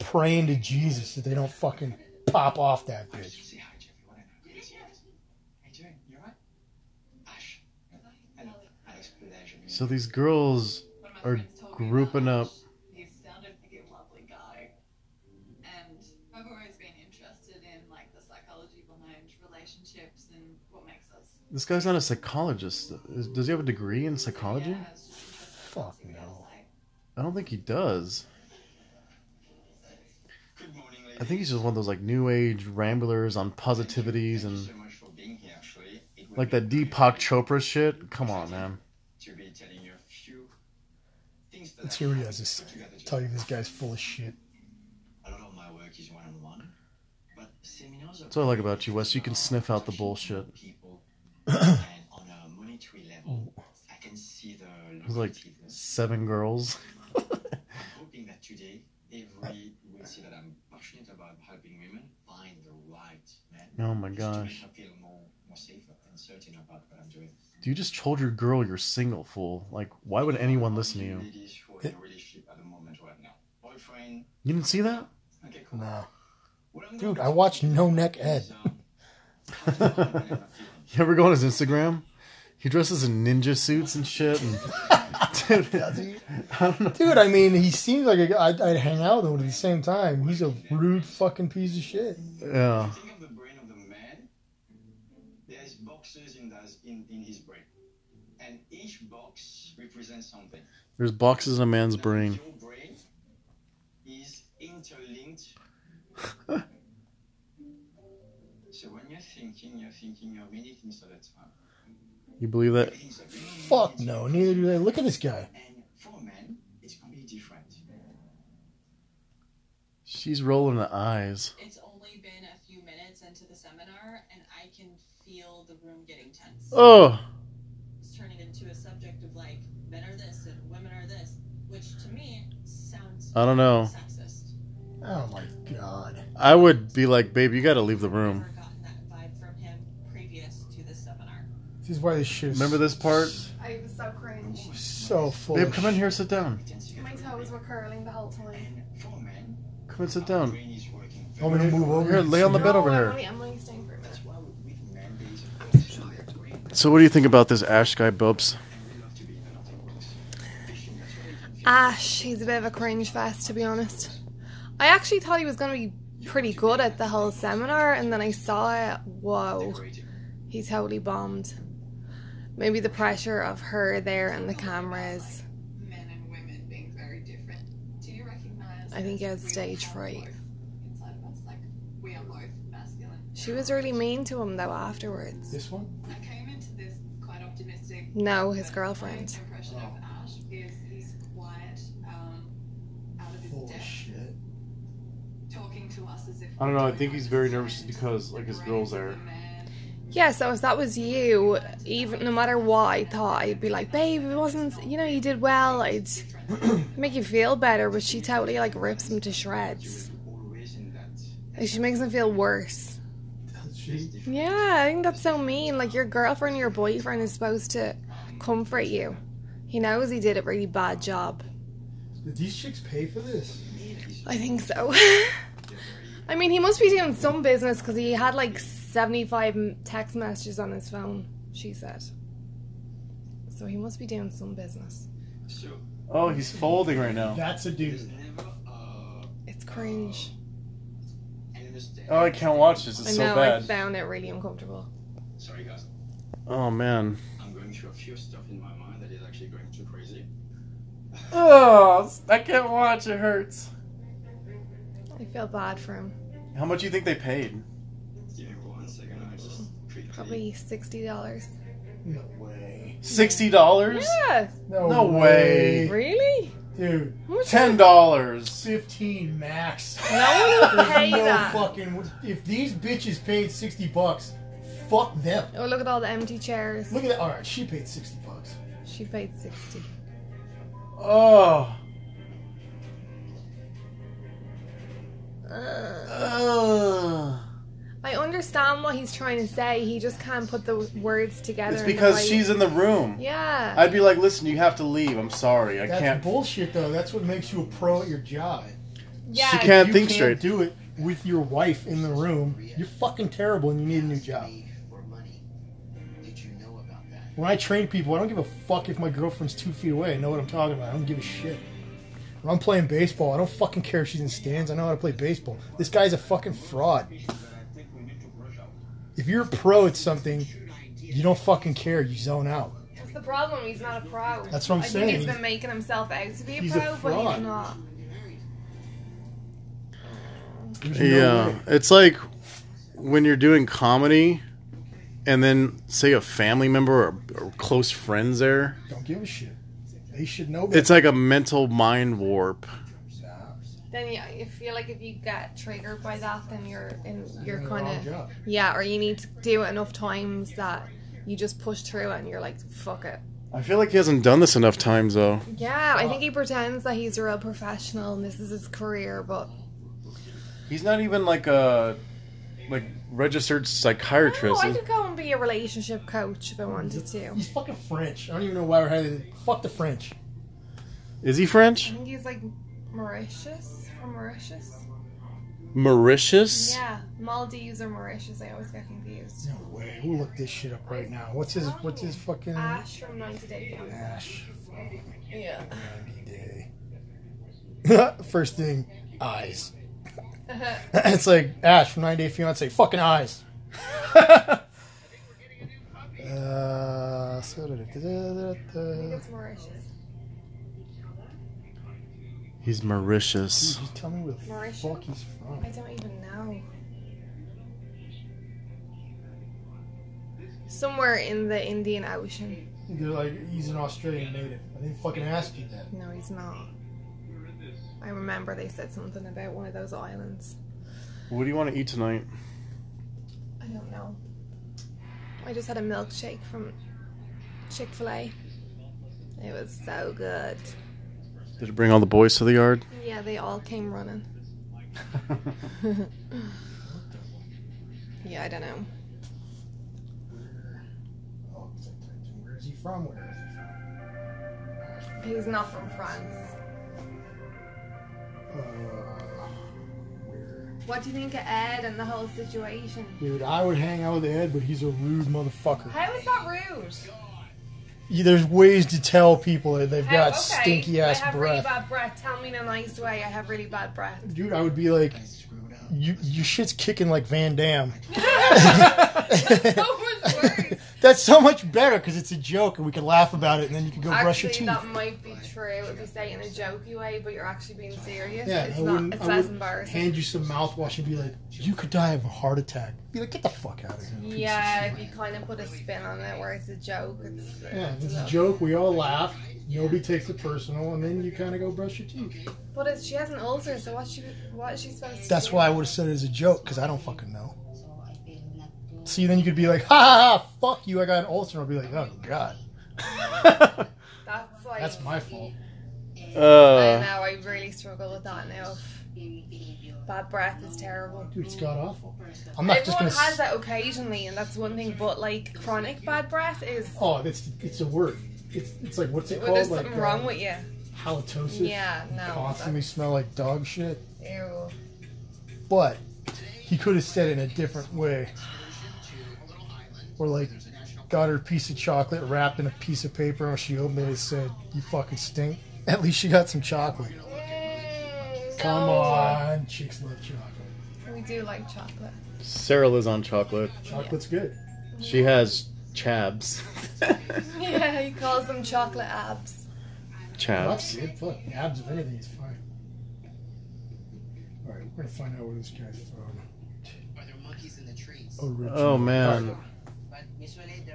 [SPEAKER 2] praying to Jesus that they don't fucking pop off that bitch.
[SPEAKER 6] Say hi to everyone. Good to see you. How you doing? You alright? Ash. Hello. Alex Pleasure.
[SPEAKER 1] So these girls are grouping up.
[SPEAKER 3] He sounded like a lovely guy. And I've always been interested in like the psychology behind relationships and what makes us.
[SPEAKER 1] This guy's not a psychologist. Is- Does he have a degree in psychology?
[SPEAKER 3] Yeah, it's just interesting
[SPEAKER 2] Fuck
[SPEAKER 3] to see what
[SPEAKER 2] no.
[SPEAKER 3] it's like.
[SPEAKER 1] I don't think he does.
[SPEAKER 6] Good morning, ladies.
[SPEAKER 1] I think he's just one of those like new age ramblers on positivities
[SPEAKER 6] Thank you
[SPEAKER 1] and
[SPEAKER 6] so much for being here, actually. It would
[SPEAKER 1] like
[SPEAKER 6] be
[SPEAKER 1] that
[SPEAKER 6] great
[SPEAKER 1] Deepak Chopra shit. Come on, man.
[SPEAKER 6] To be telling you a few things that
[SPEAKER 2] Let's
[SPEAKER 6] I
[SPEAKER 2] hear what he
[SPEAKER 6] have
[SPEAKER 2] has to say.
[SPEAKER 6] put together
[SPEAKER 2] Tell you this guy's full of shit. [clears throat]
[SPEAKER 6] A lot of my work is one on one, but seminars are
[SPEAKER 1] That's what I like about you, Wes. You can sniff out the bullshit.
[SPEAKER 6] people
[SPEAKER 2] Oh,
[SPEAKER 6] and on a monetary level, I can see the
[SPEAKER 1] There's like
[SPEAKER 6] lucrativeness.
[SPEAKER 1] seven girls.
[SPEAKER 6] I'm hoping that today every will see that I'm passionate about helping women find the right man.
[SPEAKER 1] oh my
[SPEAKER 6] Just
[SPEAKER 1] gosh.
[SPEAKER 6] To make her feel more, more safer and certain about what I'm doing.
[SPEAKER 1] Do you just told your girl you're single, fool? Like, why would anyone listen to you?
[SPEAKER 6] Ladies who are in a relationship at the moment right now. Boyfriend.
[SPEAKER 1] You didn't see that?
[SPEAKER 6] Okay,
[SPEAKER 2] [laughs]
[SPEAKER 6] cool.
[SPEAKER 2] No.
[SPEAKER 6] What I'm
[SPEAKER 2] Dude,
[SPEAKER 6] gonna
[SPEAKER 2] I watched
[SPEAKER 6] do
[SPEAKER 2] No Neck Ed.
[SPEAKER 6] is,
[SPEAKER 2] [laughs]
[SPEAKER 6] um, how to help women I'm feeling.
[SPEAKER 1] You ever go on his Instagram? He dresses in ninja suits and shit. And [laughs] dude, I don't know.
[SPEAKER 2] Dude, I mean, he seems like a guy I'd, I'd hang out with him at the same time. He's a rude fucking piece of shit.
[SPEAKER 1] Yeah.
[SPEAKER 6] Think of the brain of the man. There's boxes in, those, in, in his brain. And each box represents something.
[SPEAKER 1] There's boxes in a man's
[SPEAKER 6] Now,
[SPEAKER 1] brain.
[SPEAKER 6] Your brain is interlinked. so when you're thinking, you're thinking of many things at a time.
[SPEAKER 1] [laughs] You believe that?
[SPEAKER 6] Things are being
[SPEAKER 2] Fuck
[SPEAKER 6] made,
[SPEAKER 2] no, neither do they. Look at this guy.
[SPEAKER 6] And for men, it's completely different.
[SPEAKER 1] She's rolling the eyes.
[SPEAKER 3] It's only been a few minutes into the seminar, and I can feel the room getting tense.
[SPEAKER 1] Oh,
[SPEAKER 3] It's turning into a subject of like men are this and women are this, which to me sounds
[SPEAKER 1] I don't know.
[SPEAKER 3] sexist.
[SPEAKER 2] Oh my god.
[SPEAKER 1] I would be like, babe, you gotta leave the
[SPEAKER 3] I've
[SPEAKER 1] room.
[SPEAKER 3] never gotten that vibe from him previous to this seminar.
[SPEAKER 2] This is why this shit is
[SPEAKER 1] Remember this part?
[SPEAKER 5] I was so cringe.
[SPEAKER 2] so full.
[SPEAKER 1] Babe,
[SPEAKER 2] of
[SPEAKER 1] come in here, sit down.
[SPEAKER 6] Intensity
[SPEAKER 5] My
[SPEAKER 6] of
[SPEAKER 5] toes were curling the whole time.
[SPEAKER 6] brain. And for men,
[SPEAKER 1] Come and sit
[SPEAKER 6] our
[SPEAKER 1] down.
[SPEAKER 6] brain is working
[SPEAKER 2] shit. Want me
[SPEAKER 6] very
[SPEAKER 2] to move over?
[SPEAKER 1] Here, lay on the
[SPEAKER 2] No.
[SPEAKER 1] bed over
[SPEAKER 5] I'm
[SPEAKER 1] here.
[SPEAKER 5] only, I'm only staying for a minute.
[SPEAKER 6] That's why we- with men there is a connection with the brain,
[SPEAKER 1] So, what do you think about this Ash guy, Bubs?
[SPEAKER 6] and we love to be in an octopus. Fishing, that's why we can fish.
[SPEAKER 5] Ash, he's Ah, a bit of a cringe fest, to be honest. I actually thought he was going to be pretty good at the whole seminar, and then I saw it. Whoa,
[SPEAKER 6] Decorating.
[SPEAKER 5] he totally bombed. Maybe the pressure of her there and the cameras.
[SPEAKER 3] men and women being very different. Do you recognize?
[SPEAKER 5] I think
[SPEAKER 3] that
[SPEAKER 5] he has
[SPEAKER 3] we
[SPEAKER 5] stage
[SPEAKER 3] all have
[SPEAKER 5] fright.
[SPEAKER 3] both Inside of us, like we are both masculine.
[SPEAKER 5] She was really mean to him though afterwards.
[SPEAKER 2] This one?
[SPEAKER 3] I came into this quite optimistic.
[SPEAKER 5] No, Oh, his
[SPEAKER 3] but
[SPEAKER 5] girlfriend.
[SPEAKER 3] My impression of
[SPEAKER 1] Oh.
[SPEAKER 3] Ash is he's quiet, um, out of his
[SPEAKER 2] Holy
[SPEAKER 3] depth,
[SPEAKER 2] shit.
[SPEAKER 3] talking to us as if.
[SPEAKER 1] I don't know, I
[SPEAKER 3] we
[SPEAKER 1] think he's very nervous
[SPEAKER 3] understand
[SPEAKER 1] because, like,
[SPEAKER 3] the
[SPEAKER 1] his girl's
[SPEAKER 3] brain of
[SPEAKER 1] there.
[SPEAKER 3] a man.
[SPEAKER 5] Yeah, so if that was you, even no matter what I thought, I'd be like, babe, it wasn't, you know, you did well. I'd make you feel better, but she totally like rips him to shreds.
[SPEAKER 6] Always in that.
[SPEAKER 5] Like she makes him feel worse.
[SPEAKER 2] Does she?
[SPEAKER 5] Yeah, I think that's so mean. Like your girlfriend, your boyfriend is supposed to comfort you. He knows he did a really bad job.
[SPEAKER 2] Did these chicks pay for this?
[SPEAKER 5] I think so. [laughs] I mean, he must be doing some business because he had like 75 m- text messages on his phone, she said. So he must be doing some business.
[SPEAKER 6] So
[SPEAKER 1] Oh, he's folding right now.
[SPEAKER 2] That's a
[SPEAKER 6] there's
[SPEAKER 2] dude.
[SPEAKER 6] never uh,
[SPEAKER 5] It's cringe.
[SPEAKER 6] an understanding.
[SPEAKER 1] Oh, I can't watch this.
[SPEAKER 5] I
[SPEAKER 1] It's Oh. so
[SPEAKER 5] know, I
[SPEAKER 1] bad.
[SPEAKER 5] found it really uncomfortable.
[SPEAKER 6] Sorry guys,
[SPEAKER 1] Oh man.
[SPEAKER 6] I'm going through a few stuff in my mind that is actually going too crazy.
[SPEAKER 1] Oh, I can't watch. It hurts.
[SPEAKER 5] I feel bad for him.
[SPEAKER 1] How much do you think they paid?
[SPEAKER 6] Give me one second, I just quickly.
[SPEAKER 5] Probably $60.
[SPEAKER 2] No way.
[SPEAKER 1] Sixty dollars?
[SPEAKER 5] Yeah,
[SPEAKER 2] No,
[SPEAKER 1] No way.
[SPEAKER 5] really?
[SPEAKER 2] Dude,
[SPEAKER 5] How much-
[SPEAKER 1] Ten dollars.
[SPEAKER 2] 15 max.
[SPEAKER 5] No one would
[SPEAKER 2] There's
[SPEAKER 5] pay
[SPEAKER 2] no
[SPEAKER 5] that.
[SPEAKER 2] fucking. If these bitches paid 60 bucks, fuck them.
[SPEAKER 5] Oh, look at all the empty chairs.
[SPEAKER 2] Look at that. Alright, she paid 60 bucks.
[SPEAKER 5] She paid 60
[SPEAKER 1] Oh.
[SPEAKER 5] Ugh.
[SPEAKER 1] Ugh.
[SPEAKER 5] I understand what he's trying to say. He just can't put the words together.
[SPEAKER 1] It's
[SPEAKER 5] in the
[SPEAKER 1] because
[SPEAKER 5] right-
[SPEAKER 1] she's in the room.
[SPEAKER 5] Yeah.
[SPEAKER 1] I'd be like, listen, you have to leave. I'm sorry. I
[SPEAKER 2] That's
[SPEAKER 1] can't.
[SPEAKER 2] bullshit, though. That's what makes you a pro at your job.
[SPEAKER 5] yeah.
[SPEAKER 1] she can't
[SPEAKER 2] you
[SPEAKER 1] think
[SPEAKER 2] can't
[SPEAKER 1] straight.
[SPEAKER 2] do it with your wife in the room. You're fucking terrible and you need a new job.
[SPEAKER 7] For money. Did you know about that?
[SPEAKER 2] When I train people, I don't give a fuck if my girlfriend's two feet away. I know what I'm talking about. I don't give a shit. When I'm playing baseball, I don't fucking care if she's in stands. I know how to play baseball. This guy's a fucking fraud. If you're a pro at something, you don't fucking care. You zone out.
[SPEAKER 5] That's the problem. He's not a pro.
[SPEAKER 2] That's what I'm
[SPEAKER 5] I
[SPEAKER 2] saying.
[SPEAKER 5] think he's been making himself out to be a
[SPEAKER 2] He's a
[SPEAKER 5] pro, but
[SPEAKER 2] fraud.
[SPEAKER 5] he's not.
[SPEAKER 2] There's no
[SPEAKER 1] Yeah,
[SPEAKER 2] way.
[SPEAKER 1] it's like when you're doing comedy, and then say a family member or, or close friends there.
[SPEAKER 2] Don't give a shit. They should know better.
[SPEAKER 1] It's like a mental mind warp.
[SPEAKER 5] Then yeah, you feel like if you get triggered by that, then you're in, you're
[SPEAKER 2] Doing the
[SPEAKER 5] kind
[SPEAKER 2] wrong
[SPEAKER 5] of
[SPEAKER 2] job.
[SPEAKER 5] yeah, or you need to do it enough times that You just push through it and you're like, fuck it.
[SPEAKER 1] I feel like he hasn't done this enough times though.
[SPEAKER 5] Yeah, I think he pretends that he's a real professional and this is his career, but
[SPEAKER 1] He's not even like a like registered psychiatrist.
[SPEAKER 5] no, I could go and be a relationship coach if I wanted to. I
[SPEAKER 2] He's fucking French. I don't even know why we're having. Fuck the French.
[SPEAKER 1] Is he French?
[SPEAKER 5] think he's like Mauritius from Mauritius.
[SPEAKER 1] Mauritius?
[SPEAKER 5] Yeah, Maldives or Mauritius. I always get confused.
[SPEAKER 2] No way. We'll look this shit up right now. What's his What's his fucking
[SPEAKER 5] Ash from 90 Day Fiancé.
[SPEAKER 2] Ash
[SPEAKER 5] Yeah. [laughs]
[SPEAKER 2] Ninety Day? [laughs] First thing, eyes. [laughs] it's like Ash from 90 Day Fiance. Fucking eyes. [laughs] Uh, so da- da- da- da-
[SPEAKER 5] I
[SPEAKER 2] da-
[SPEAKER 5] think
[SPEAKER 2] da.
[SPEAKER 5] it's Mauritius.
[SPEAKER 1] He's Mauritius.
[SPEAKER 2] Just tell me where the
[SPEAKER 5] Mauritius?
[SPEAKER 2] fuck he's from.
[SPEAKER 5] I don't even know. Somewhere in the Indian Ocean.
[SPEAKER 2] They're like, he's an Australian native. I didn't fucking ask you that.
[SPEAKER 5] No, he's not. I remember they said something about one of those islands.
[SPEAKER 1] What do you want to eat tonight?
[SPEAKER 5] I don't know. I just had a milkshake from Chick fil A. It was so good.
[SPEAKER 1] Did you bring all the boys to the [laughs] yard? Uh,
[SPEAKER 5] Yeah, they all came running. [laughs] yeah, I don't know.
[SPEAKER 2] Oh, it's like, where is he from? Where is he from?
[SPEAKER 5] He's not from France.
[SPEAKER 2] Uh, where?
[SPEAKER 5] What do you think of Ed and the whole situation?
[SPEAKER 2] Dude, I would hang out with Ed, but he's a rude motherfucker.
[SPEAKER 5] How is that rude?
[SPEAKER 2] Yeah, there's ways to tell people that they've
[SPEAKER 5] Oh,
[SPEAKER 2] got
[SPEAKER 5] okay.
[SPEAKER 2] stinky ass
[SPEAKER 5] I have really
[SPEAKER 2] breath.
[SPEAKER 5] bad breath. Tell me in a nice way. I have really bad breath.
[SPEAKER 2] [laughs]
[SPEAKER 5] [laughs]
[SPEAKER 2] Dude, I would be like,
[SPEAKER 7] I screwed up.
[SPEAKER 2] you, your shit's kicking like Van
[SPEAKER 5] [laughs]
[SPEAKER 2] Damme.
[SPEAKER 5] Oh, it's worse.
[SPEAKER 2] [laughs] That's so much better because it's a joke and we can laugh about it and then you can go brush your teeth.
[SPEAKER 5] Actually, that might be true if you say it in a jokey way, but you're actually being serious. it's
[SPEAKER 2] I
[SPEAKER 5] not.
[SPEAKER 2] wouldn't-
[SPEAKER 5] It's
[SPEAKER 2] I
[SPEAKER 5] less
[SPEAKER 2] wouldn't
[SPEAKER 5] embarrassing.
[SPEAKER 2] Hand you some mouthwash and be like, you could die of a heart attack. Be like, get the fuck out of here. piece of
[SPEAKER 5] Yeah,
[SPEAKER 2] shit."
[SPEAKER 5] if you kind of put a spin on it, where it's a joke. It's,
[SPEAKER 2] Yeah,
[SPEAKER 5] it's
[SPEAKER 2] it's a
[SPEAKER 5] not-
[SPEAKER 2] joke. We all laugh. Nobody takes it personal, and then you kind of go brush your teeth.
[SPEAKER 5] But it's, she has an ulcer, so what's she? What is she supposed to?
[SPEAKER 2] That's
[SPEAKER 5] do?
[SPEAKER 2] why I would have said it as a joke because I don't fucking know.
[SPEAKER 7] So I feel left out.
[SPEAKER 2] See, then you could be like, ha ha ha, fuck you, I got an ulcer. I'll be like, oh god, [laughs]
[SPEAKER 5] That's like.
[SPEAKER 2] that's my fault.
[SPEAKER 5] I
[SPEAKER 1] uh,
[SPEAKER 5] know. I really struggle with that now. Bad breath is terrible.
[SPEAKER 2] Dude, it's god awful. I'm not just
[SPEAKER 5] Everyone
[SPEAKER 2] gonna.
[SPEAKER 5] has
[SPEAKER 2] s
[SPEAKER 5] that occasionally, and that's one thing. But like chronic bad breath is
[SPEAKER 2] Oh, it's it's a word. It's, it's like what's it
[SPEAKER 5] well,
[SPEAKER 2] called?
[SPEAKER 5] there's
[SPEAKER 2] like
[SPEAKER 5] something wrong
[SPEAKER 2] uh,
[SPEAKER 5] with you.
[SPEAKER 2] halitosis.
[SPEAKER 5] Yeah, no.
[SPEAKER 2] Constantly smell like dog shit.
[SPEAKER 5] that- Ew.
[SPEAKER 2] But he could have said it in a different way, or like got her a piece of chocolate wrapped in a piece of paper, and she opened it and said, "You fucking stink." [laughs] At least she got some chocolate.
[SPEAKER 5] Mm,
[SPEAKER 2] Come
[SPEAKER 5] no.
[SPEAKER 2] on, chicks love chocolate.
[SPEAKER 5] We do like chocolate.
[SPEAKER 1] Sarah lives on chocolate.
[SPEAKER 2] Chocolate's good.
[SPEAKER 1] She has
[SPEAKER 5] [laughs]
[SPEAKER 1] chabs.
[SPEAKER 5] Yeah, he calls them chocolate abs.
[SPEAKER 2] That's
[SPEAKER 1] chabs.
[SPEAKER 2] good. Fuck, abs of anything is fine. All right, we're gonna find out where this guy's from.
[SPEAKER 7] Are there monkeys in the trees?
[SPEAKER 2] Originally.
[SPEAKER 1] Oh man.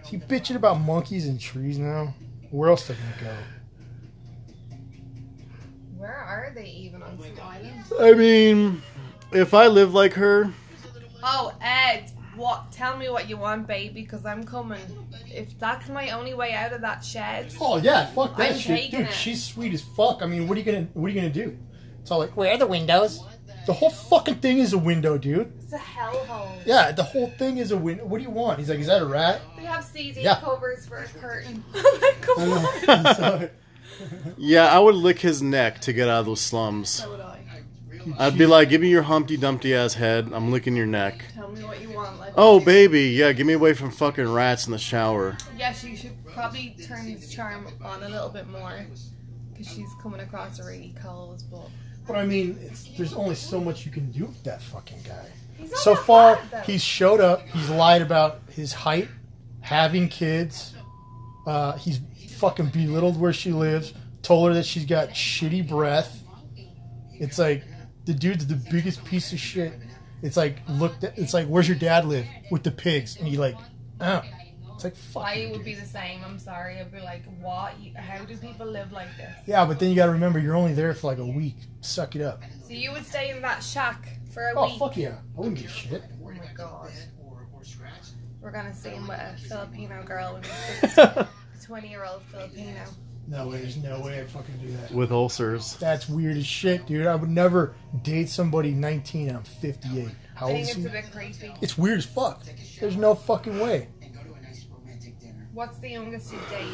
[SPEAKER 2] He bitching about monkeys and trees now. Where else are they gonna
[SPEAKER 5] Where are they even on some island?
[SPEAKER 1] I mean, if I live like
[SPEAKER 5] [laughs]
[SPEAKER 1] her,
[SPEAKER 5] Oh, Ed, what? Tell me what you want, baby, because I'm coming. If that's my only way out of that shed.
[SPEAKER 2] go? Oh yeah, fuck that
[SPEAKER 5] I'm
[SPEAKER 2] shit,
[SPEAKER 5] taking
[SPEAKER 2] dude.
[SPEAKER 5] it.
[SPEAKER 2] She's sweet as fuck. I mean, what are you gonna what are you gonna do? It's all like, where are the windows? The whole fucking thing is a window, dude.
[SPEAKER 5] It's a hellhole.
[SPEAKER 2] Yeah, the whole thing is a window. What do you want? He's like, is that a rat? [laughs]
[SPEAKER 5] They have CD
[SPEAKER 2] Yeah.
[SPEAKER 5] covers for a [laughs] curtain. Come on.
[SPEAKER 1] yeah, I would lick his neck to get out of those slums.
[SPEAKER 5] So would I.
[SPEAKER 1] I'd be like, give me your Humpty Dumpty ass head. I'm licking your neck.
[SPEAKER 5] Tell me what you want. Like,
[SPEAKER 1] Oh, baby, yeah, get me away from fucking rats in the shower.
[SPEAKER 5] Yes, you should probably turn his charm on a little bit more. Because she's coming across really cold, but.
[SPEAKER 2] But I mean, it's, there's only so much you can do with that fucking guy.
[SPEAKER 5] He's not
[SPEAKER 2] So
[SPEAKER 5] that
[SPEAKER 2] far,
[SPEAKER 5] bad, though.
[SPEAKER 2] he's showed up. He's lied about his height, having kids. Uh, he's fucking belittled where she lives. Told her that she's got shitty breath. It's like the dude's the biggest piece of shit. It's like looked. At, it's like where's your dad live with the pigs? And he like, oh. It's like fuck.
[SPEAKER 5] I
[SPEAKER 2] you,
[SPEAKER 5] would
[SPEAKER 2] dude.
[SPEAKER 5] be the same. I'm sorry. I'd be like, what? You- How do people live like this?
[SPEAKER 2] Yeah, but then you got to remember you're only there for like a week. Suck it up.
[SPEAKER 5] So you would stay in that shack for a
[SPEAKER 2] Oh
[SPEAKER 5] week.
[SPEAKER 2] fuck yeah! I wouldn't give a shit.
[SPEAKER 5] Oh my god. We're gonna sing with a Filipino girl when we
[SPEAKER 2] [laughs]
[SPEAKER 5] twenty year old Filipino.
[SPEAKER 2] No way. There's no way I'd fucking do that.
[SPEAKER 1] with ulcers.
[SPEAKER 2] That's weird as shit, dude. I would never date somebody 19 and I'm 58. How
[SPEAKER 5] I
[SPEAKER 2] old
[SPEAKER 5] think
[SPEAKER 2] is
[SPEAKER 5] it's
[SPEAKER 2] he?
[SPEAKER 5] a bit creepy.
[SPEAKER 2] It's weird as fuck. There's no fucking way.
[SPEAKER 7] and go to a nice romantic dinner.
[SPEAKER 5] What's the youngest you date?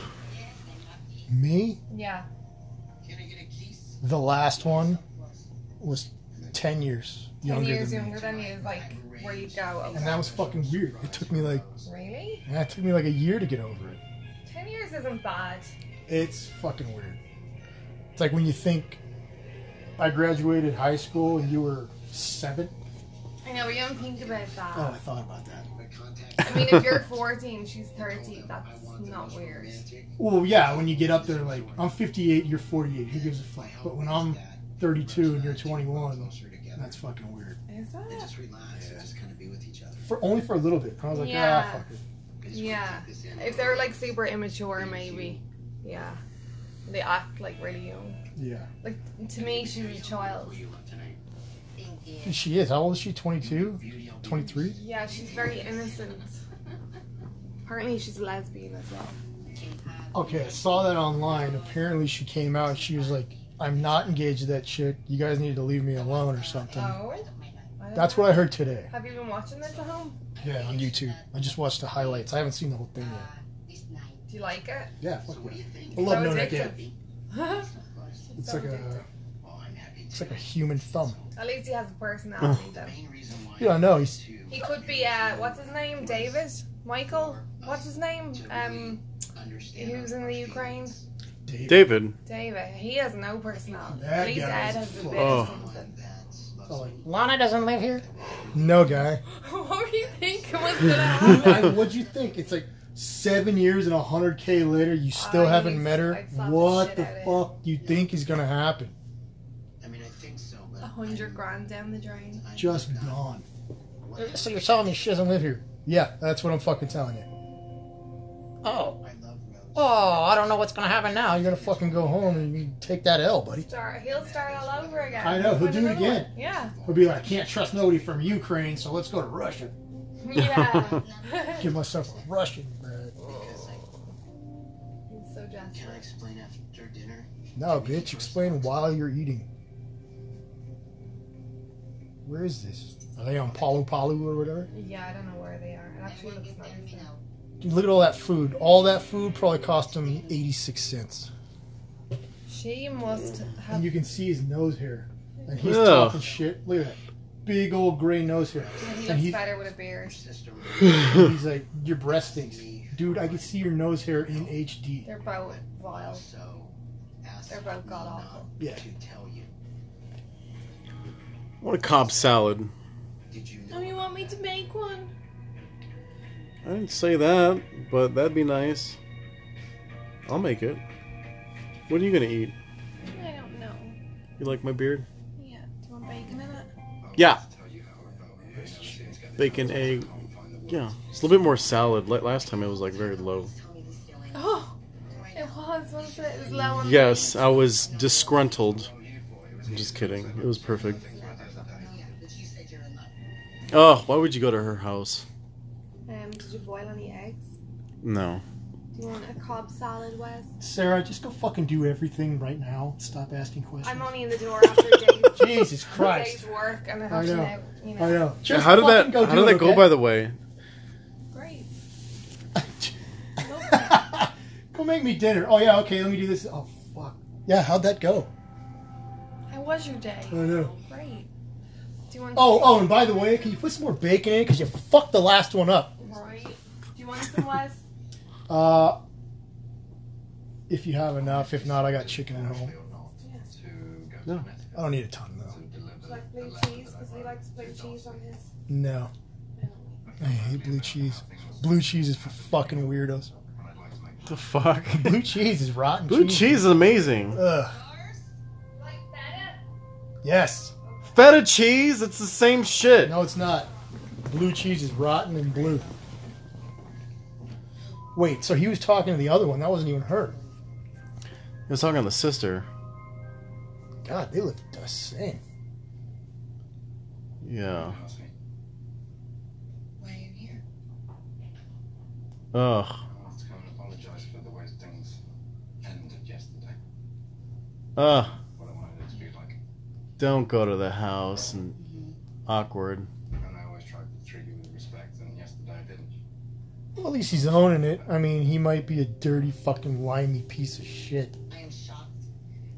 [SPEAKER 2] Me,
[SPEAKER 5] Yeah.
[SPEAKER 7] Can I get a kiss?
[SPEAKER 2] the last one, was 10 years
[SPEAKER 5] Ten
[SPEAKER 2] younger
[SPEAKER 5] years
[SPEAKER 2] than me.
[SPEAKER 5] younger than you, like where you go. Oh,
[SPEAKER 2] And that was fucking weird. It took me like,
[SPEAKER 5] really?
[SPEAKER 2] yeah, it took me like a year to get over it.
[SPEAKER 5] Ten years isn't bad.
[SPEAKER 2] It's fucking weird. It's like when you think I graduated high school and you were seven.
[SPEAKER 5] I know, we don't think about that.
[SPEAKER 2] Oh, I thought about that.
[SPEAKER 7] The
[SPEAKER 2] [laughs]
[SPEAKER 7] contact.
[SPEAKER 5] I mean, if you're [laughs] 14, she's 30, that's not weird.
[SPEAKER 2] Well, yeah, when you get up there, like, I'm 58, you're 48, who gives a fuck? But when I'm 32 and you're 21, that's fucking weird.
[SPEAKER 5] Is that?
[SPEAKER 7] Just relax and just kind of be with each other.
[SPEAKER 2] For only for a little bit. I was like,
[SPEAKER 5] Yeah.
[SPEAKER 2] ah, fuck it.
[SPEAKER 5] Yeah. If they're like super immature, maybe. Yeah. They act like really young.
[SPEAKER 2] Yeah.
[SPEAKER 5] Like, to me, she's a child.
[SPEAKER 2] She is. How old is she? 22? 23?
[SPEAKER 5] Yeah, she's very innocent. Apparently, she's a lesbian as well.
[SPEAKER 2] [clears throat] Okay, I saw that online. Apparently, she came out. She was like, I'm not engaged to that chick. You guys need to leave me alone or something.
[SPEAKER 5] Oh?
[SPEAKER 2] That's what I heard today.
[SPEAKER 5] Have you been watching this at home?
[SPEAKER 2] Yeah, on YouTube. I just watched the highlights. I haven't seen the whole thing yet.
[SPEAKER 7] This night.
[SPEAKER 5] Do you like [laughs] it?
[SPEAKER 2] Yeah, fuck yeah. I
[SPEAKER 5] So
[SPEAKER 2] love No Neck
[SPEAKER 5] addictive.
[SPEAKER 2] Ed.
[SPEAKER 7] Of course.
[SPEAKER 2] It's
[SPEAKER 5] So
[SPEAKER 2] like a,
[SPEAKER 5] addictive.
[SPEAKER 7] Well, Oh, I'm happy
[SPEAKER 2] it's
[SPEAKER 7] to.
[SPEAKER 2] like a human thumb.
[SPEAKER 5] At least he has a personality, though.
[SPEAKER 7] main reason why
[SPEAKER 2] Yeah, I know. He's
[SPEAKER 5] He could be, uh, what's his name? David? Michael? What's his name? Um,
[SPEAKER 7] understand
[SPEAKER 5] who's in the Ukraine?
[SPEAKER 2] David.
[SPEAKER 1] [laughs] David,
[SPEAKER 5] David. He has no personality.
[SPEAKER 2] That
[SPEAKER 5] At least
[SPEAKER 2] guy
[SPEAKER 5] Ed
[SPEAKER 2] is
[SPEAKER 5] has a bit
[SPEAKER 1] Oh.
[SPEAKER 5] of something.
[SPEAKER 2] So, like, Lana doesn't live here. No, guy.
[SPEAKER 5] [laughs] what were you thinking was gonna happen? [laughs]
[SPEAKER 2] I, what'd you think? It's like seven years and hundred k later, you still
[SPEAKER 5] I-
[SPEAKER 2] haven't met her.
[SPEAKER 5] I'd slap the
[SPEAKER 2] What
[SPEAKER 5] shit
[SPEAKER 2] the
[SPEAKER 5] out of
[SPEAKER 2] fuck you think is gonna happen?
[SPEAKER 7] I mean, I think so, but
[SPEAKER 5] A hundred grand down the drain.
[SPEAKER 2] Just gone. So you're telling me she doesn't live here? Yeah, that's what I'm fucking telling you.
[SPEAKER 7] I love Rose.
[SPEAKER 2] Oh, I don't know what's gonna happen now. You're gonna fucking go home and you take that L, buddy.
[SPEAKER 5] Start, he'll start all over again.
[SPEAKER 2] I know, he'll
[SPEAKER 5] Find
[SPEAKER 2] do it
[SPEAKER 5] another one.
[SPEAKER 2] again.
[SPEAKER 5] [laughs] Yeah.
[SPEAKER 2] He'll be like, I can't trust nobody from Ukraine, so let's go to Russia.
[SPEAKER 5] [laughs] Yeah.
[SPEAKER 2] [laughs] Give myself a Russian. bag.
[SPEAKER 7] Because I
[SPEAKER 5] He's so
[SPEAKER 7] can I
[SPEAKER 5] desperate.
[SPEAKER 7] explain after dinner?
[SPEAKER 2] No, bitch. Explain while you're eating. Where is this? Are they on Palu Palu or whatever?
[SPEAKER 5] Yeah, I don't know where they are. It actually looks nice.
[SPEAKER 2] Dude, look at all that food. All that food probably cost him 86 cents.
[SPEAKER 5] She must have.
[SPEAKER 2] And you can see his nose hair. And he's
[SPEAKER 1] Ugh.
[SPEAKER 2] talking shit. Look at that. Big old gray nose
[SPEAKER 1] [laughs]
[SPEAKER 2] hair.
[SPEAKER 5] he looks
[SPEAKER 2] And he-
[SPEAKER 5] better with a beard.
[SPEAKER 7] Sister,
[SPEAKER 2] he's like, Your breast stinks. Dude, I can see your nose hair in HD.
[SPEAKER 5] They're both vile.
[SPEAKER 7] also asked
[SPEAKER 5] They're both god awful.
[SPEAKER 2] Yeah.
[SPEAKER 7] to tell you.
[SPEAKER 1] what a cob salad.
[SPEAKER 7] Did you know?
[SPEAKER 5] Oh, you want me to make one?
[SPEAKER 1] I didn't say that, but that'd be nice. I'll make it. What are you gonna eat?
[SPEAKER 5] I don't know.
[SPEAKER 1] You like my beard?
[SPEAKER 5] Yeah. Do you want bacon in it?
[SPEAKER 1] Yeah. Bacon, egg. Yeah, it's a little bit more salad. Like last time, it was like very low.
[SPEAKER 5] Oh, it was, wasn't it? It was low on
[SPEAKER 1] Yes, I was disgruntled. I'm just kidding. It was perfect. Oh, why would you go to her house?
[SPEAKER 5] Um, did you boil any eggs?
[SPEAKER 1] No.
[SPEAKER 5] Do you want a cob salad, Wes?
[SPEAKER 2] Sarah, just go fucking do everything right now. Stop asking questions.
[SPEAKER 5] I'm only in the door after a
[SPEAKER 2] [laughs]
[SPEAKER 5] day's, [laughs]
[SPEAKER 2] Jesus Christ.
[SPEAKER 5] day's work, and I
[SPEAKER 2] I
[SPEAKER 5] have to
[SPEAKER 2] know.
[SPEAKER 5] now, you know.
[SPEAKER 2] I know. Just
[SPEAKER 1] how did that?
[SPEAKER 2] fucking Go
[SPEAKER 1] how
[SPEAKER 2] do
[SPEAKER 1] did
[SPEAKER 2] it,
[SPEAKER 1] that go?
[SPEAKER 2] okay?
[SPEAKER 1] By the way,
[SPEAKER 5] Great.
[SPEAKER 2] Go make me dinner. Oh yeah, okay, let me do this. Oh fuck. Yeah, how'd that go?
[SPEAKER 5] How was your day?
[SPEAKER 2] I know.
[SPEAKER 5] Great. Do you want?
[SPEAKER 2] Oh, oh, and by the way, can you put some more bacon in it? Cause you fucked the last one up.
[SPEAKER 5] Right. Do you want some, Wes?
[SPEAKER 2] Uh, if you have enough. If not, I got chicken at home.
[SPEAKER 1] No.
[SPEAKER 2] I don't need a ton though.
[SPEAKER 5] like blue cheese, because he likes blue cheese on his.
[SPEAKER 2] No, I hate blue cheese. Blue cheese is for fucking weirdos.
[SPEAKER 1] the [laughs] fuck?
[SPEAKER 2] Blue cheese is rotten.
[SPEAKER 1] Blue cheese is amazing.
[SPEAKER 2] Ugh. Yes.
[SPEAKER 1] Feta cheese, it's the same shit.
[SPEAKER 2] No, it's not. Blue cheese is rotten and blue. Wait, so he was talking to the other one. That wasn't even her.
[SPEAKER 1] He was talking to the sister.
[SPEAKER 2] God, they look the same.
[SPEAKER 1] Yeah. Uh-huh.
[SPEAKER 7] Why are you here?
[SPEAKER 1] Ugh.
[SPEAKER 4] I want to come and apologize for the way things ended yesterday.
[SPEAKER 1] Ugh.
[SPEAKER 4] What I wanted it to be like.
[SPEAKER 1] Don't go to the house and
[SPEAKER 3] Mm-hmm.
[SPEAKER 1] awkward.
[SPEAKER 4] And I always tried to treat you with respect, and yesterday I didn't.
[SPEAKER 2] Well, at least he's owning it. I mean, he might be a dirty fucking limey piece of shit,
[SPEAKER 8] I am shocked.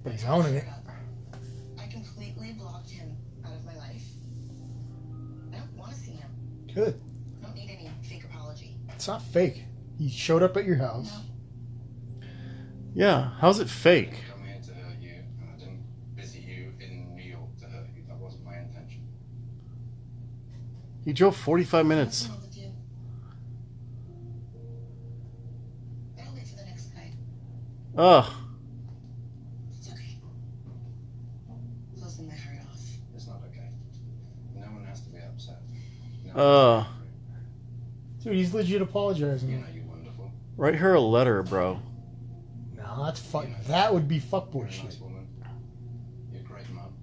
[SPEAKER 2] but he's owning it.
[SPEAKER 8] I completely blocked him out of my life. I don't want to see him.
[SPEAKER 2] Good.
[SPEAKER 8] I don't need any fake apology.
[SPEAKER 2] It's not fake. He showed up at your house.
[SPEAKER 1] Yeah, how's it
[SPEAKER 4] I
[SPEAKER 1] fake?
[SPEAKER 4] didn't come here to hurt you, and I didn't visit you in New York to hurt you. That wasn't my intention.
[SPEAKER 1] He drove 45 minutes.
[SPEAKER 8] Nothing else to do. I'll wait for the next guy.
[SPEAKER 1] Ugh.
[SPEAKER 8] It's okay. Closing my heart off.
[SPEAKER 4] It's not okay. No one has to be upset. No
[SPEAKER 1] Uh.
[SPEAKER 4] one has to be angry.
[SPEAKER 2] Dude, he's legit
[SPEAKER 4] You
[SPEAKER 2] apologizing.
[SPEAKER 4] know you're wonderful.
[SPEAKER 1] Write her a letter, bro.
[SPEAKER 2] No, that's fuck. That would be
[SPEAKER 4] You're
[SPEAKER 2] fuckboy
[SPEAKER 4] a
[SPEAKER 2] shit.
[SPEAKER 4] nice woman. You're a great mom.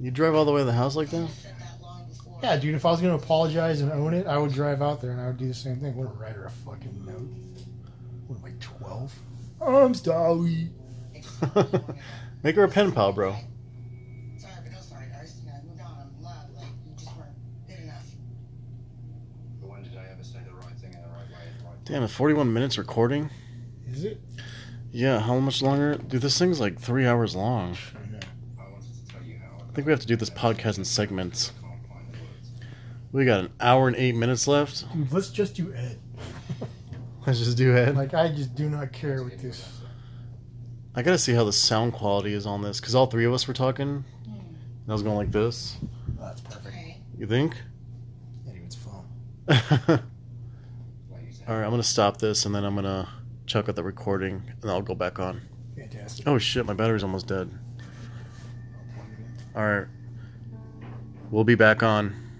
[SPEAKER 1] You drive all the way to the house like that?
[SPEAKER 8] I said that long before.
[SPEAKER 2] Yeah, dude. If I was gonna apologize and own it, I would drive out there and I would do the same thing. Wouldn't write her a fucking note. What am I, twelve?
[SPEAKER 8] I
[SPEAKER 2] I'm sorry.
[SPEAKER 8] just don't know where I'm at.
[SPEAKER 1] [laughs] Make her a pen pal, bro.
[SPEAKER 8] Sorry, but no sorry, guys. You know, I moved on. I'm in love. Like, you just weren't good enough.
[SPEAKER 4] But when did I ever say the right thing in the right way? at the right
[SPEAKER 1] Damn it, 41 minutes recording?
[SPEAKER 2] Is it?
[SPEAKER 1] Yeah, how much longer? Dude, this thing's like three hours long.
[SPEAKER 2] I know.
[SPEAKER 4] I wanted to tell you how.
[SPEAKER 1] I think we have to do this podcast in segments.
[SPEAKER 4] can't find the words.
[SPEAKER 1] We got an hour and eight minutes left.
[SPEAKER 2] Dude, let's just do Ed.
[SPEAKER 1] [laughs] Let's just do it.
[SPEAKER 2] Like, I just do not care
[SPEAKER 4] [laughs]
[SPEAKER 2] with this.
[SPEAKER 1] I gotta see how the sound quality is on this, because all three of us were talking. And I was going like this.
[SPEAKER 2] That's perfect.
[SPEAKER 8] Okay.
[SPEAKER 1] You think? [laughs]
[SPEAKER 2] Anyone's phone.
[SPEAKER 1] Alright,
[SPEAKER 4] Like you said,
[SPEAKER 1] I'm gonna stop this and then I'm gonna chuck out the recording and I'll go back on.
[SPEAKER 2] Fantastic.
[SPEAKER 1] Oh shit, my battery's almost dead. Alright. We'll be back on.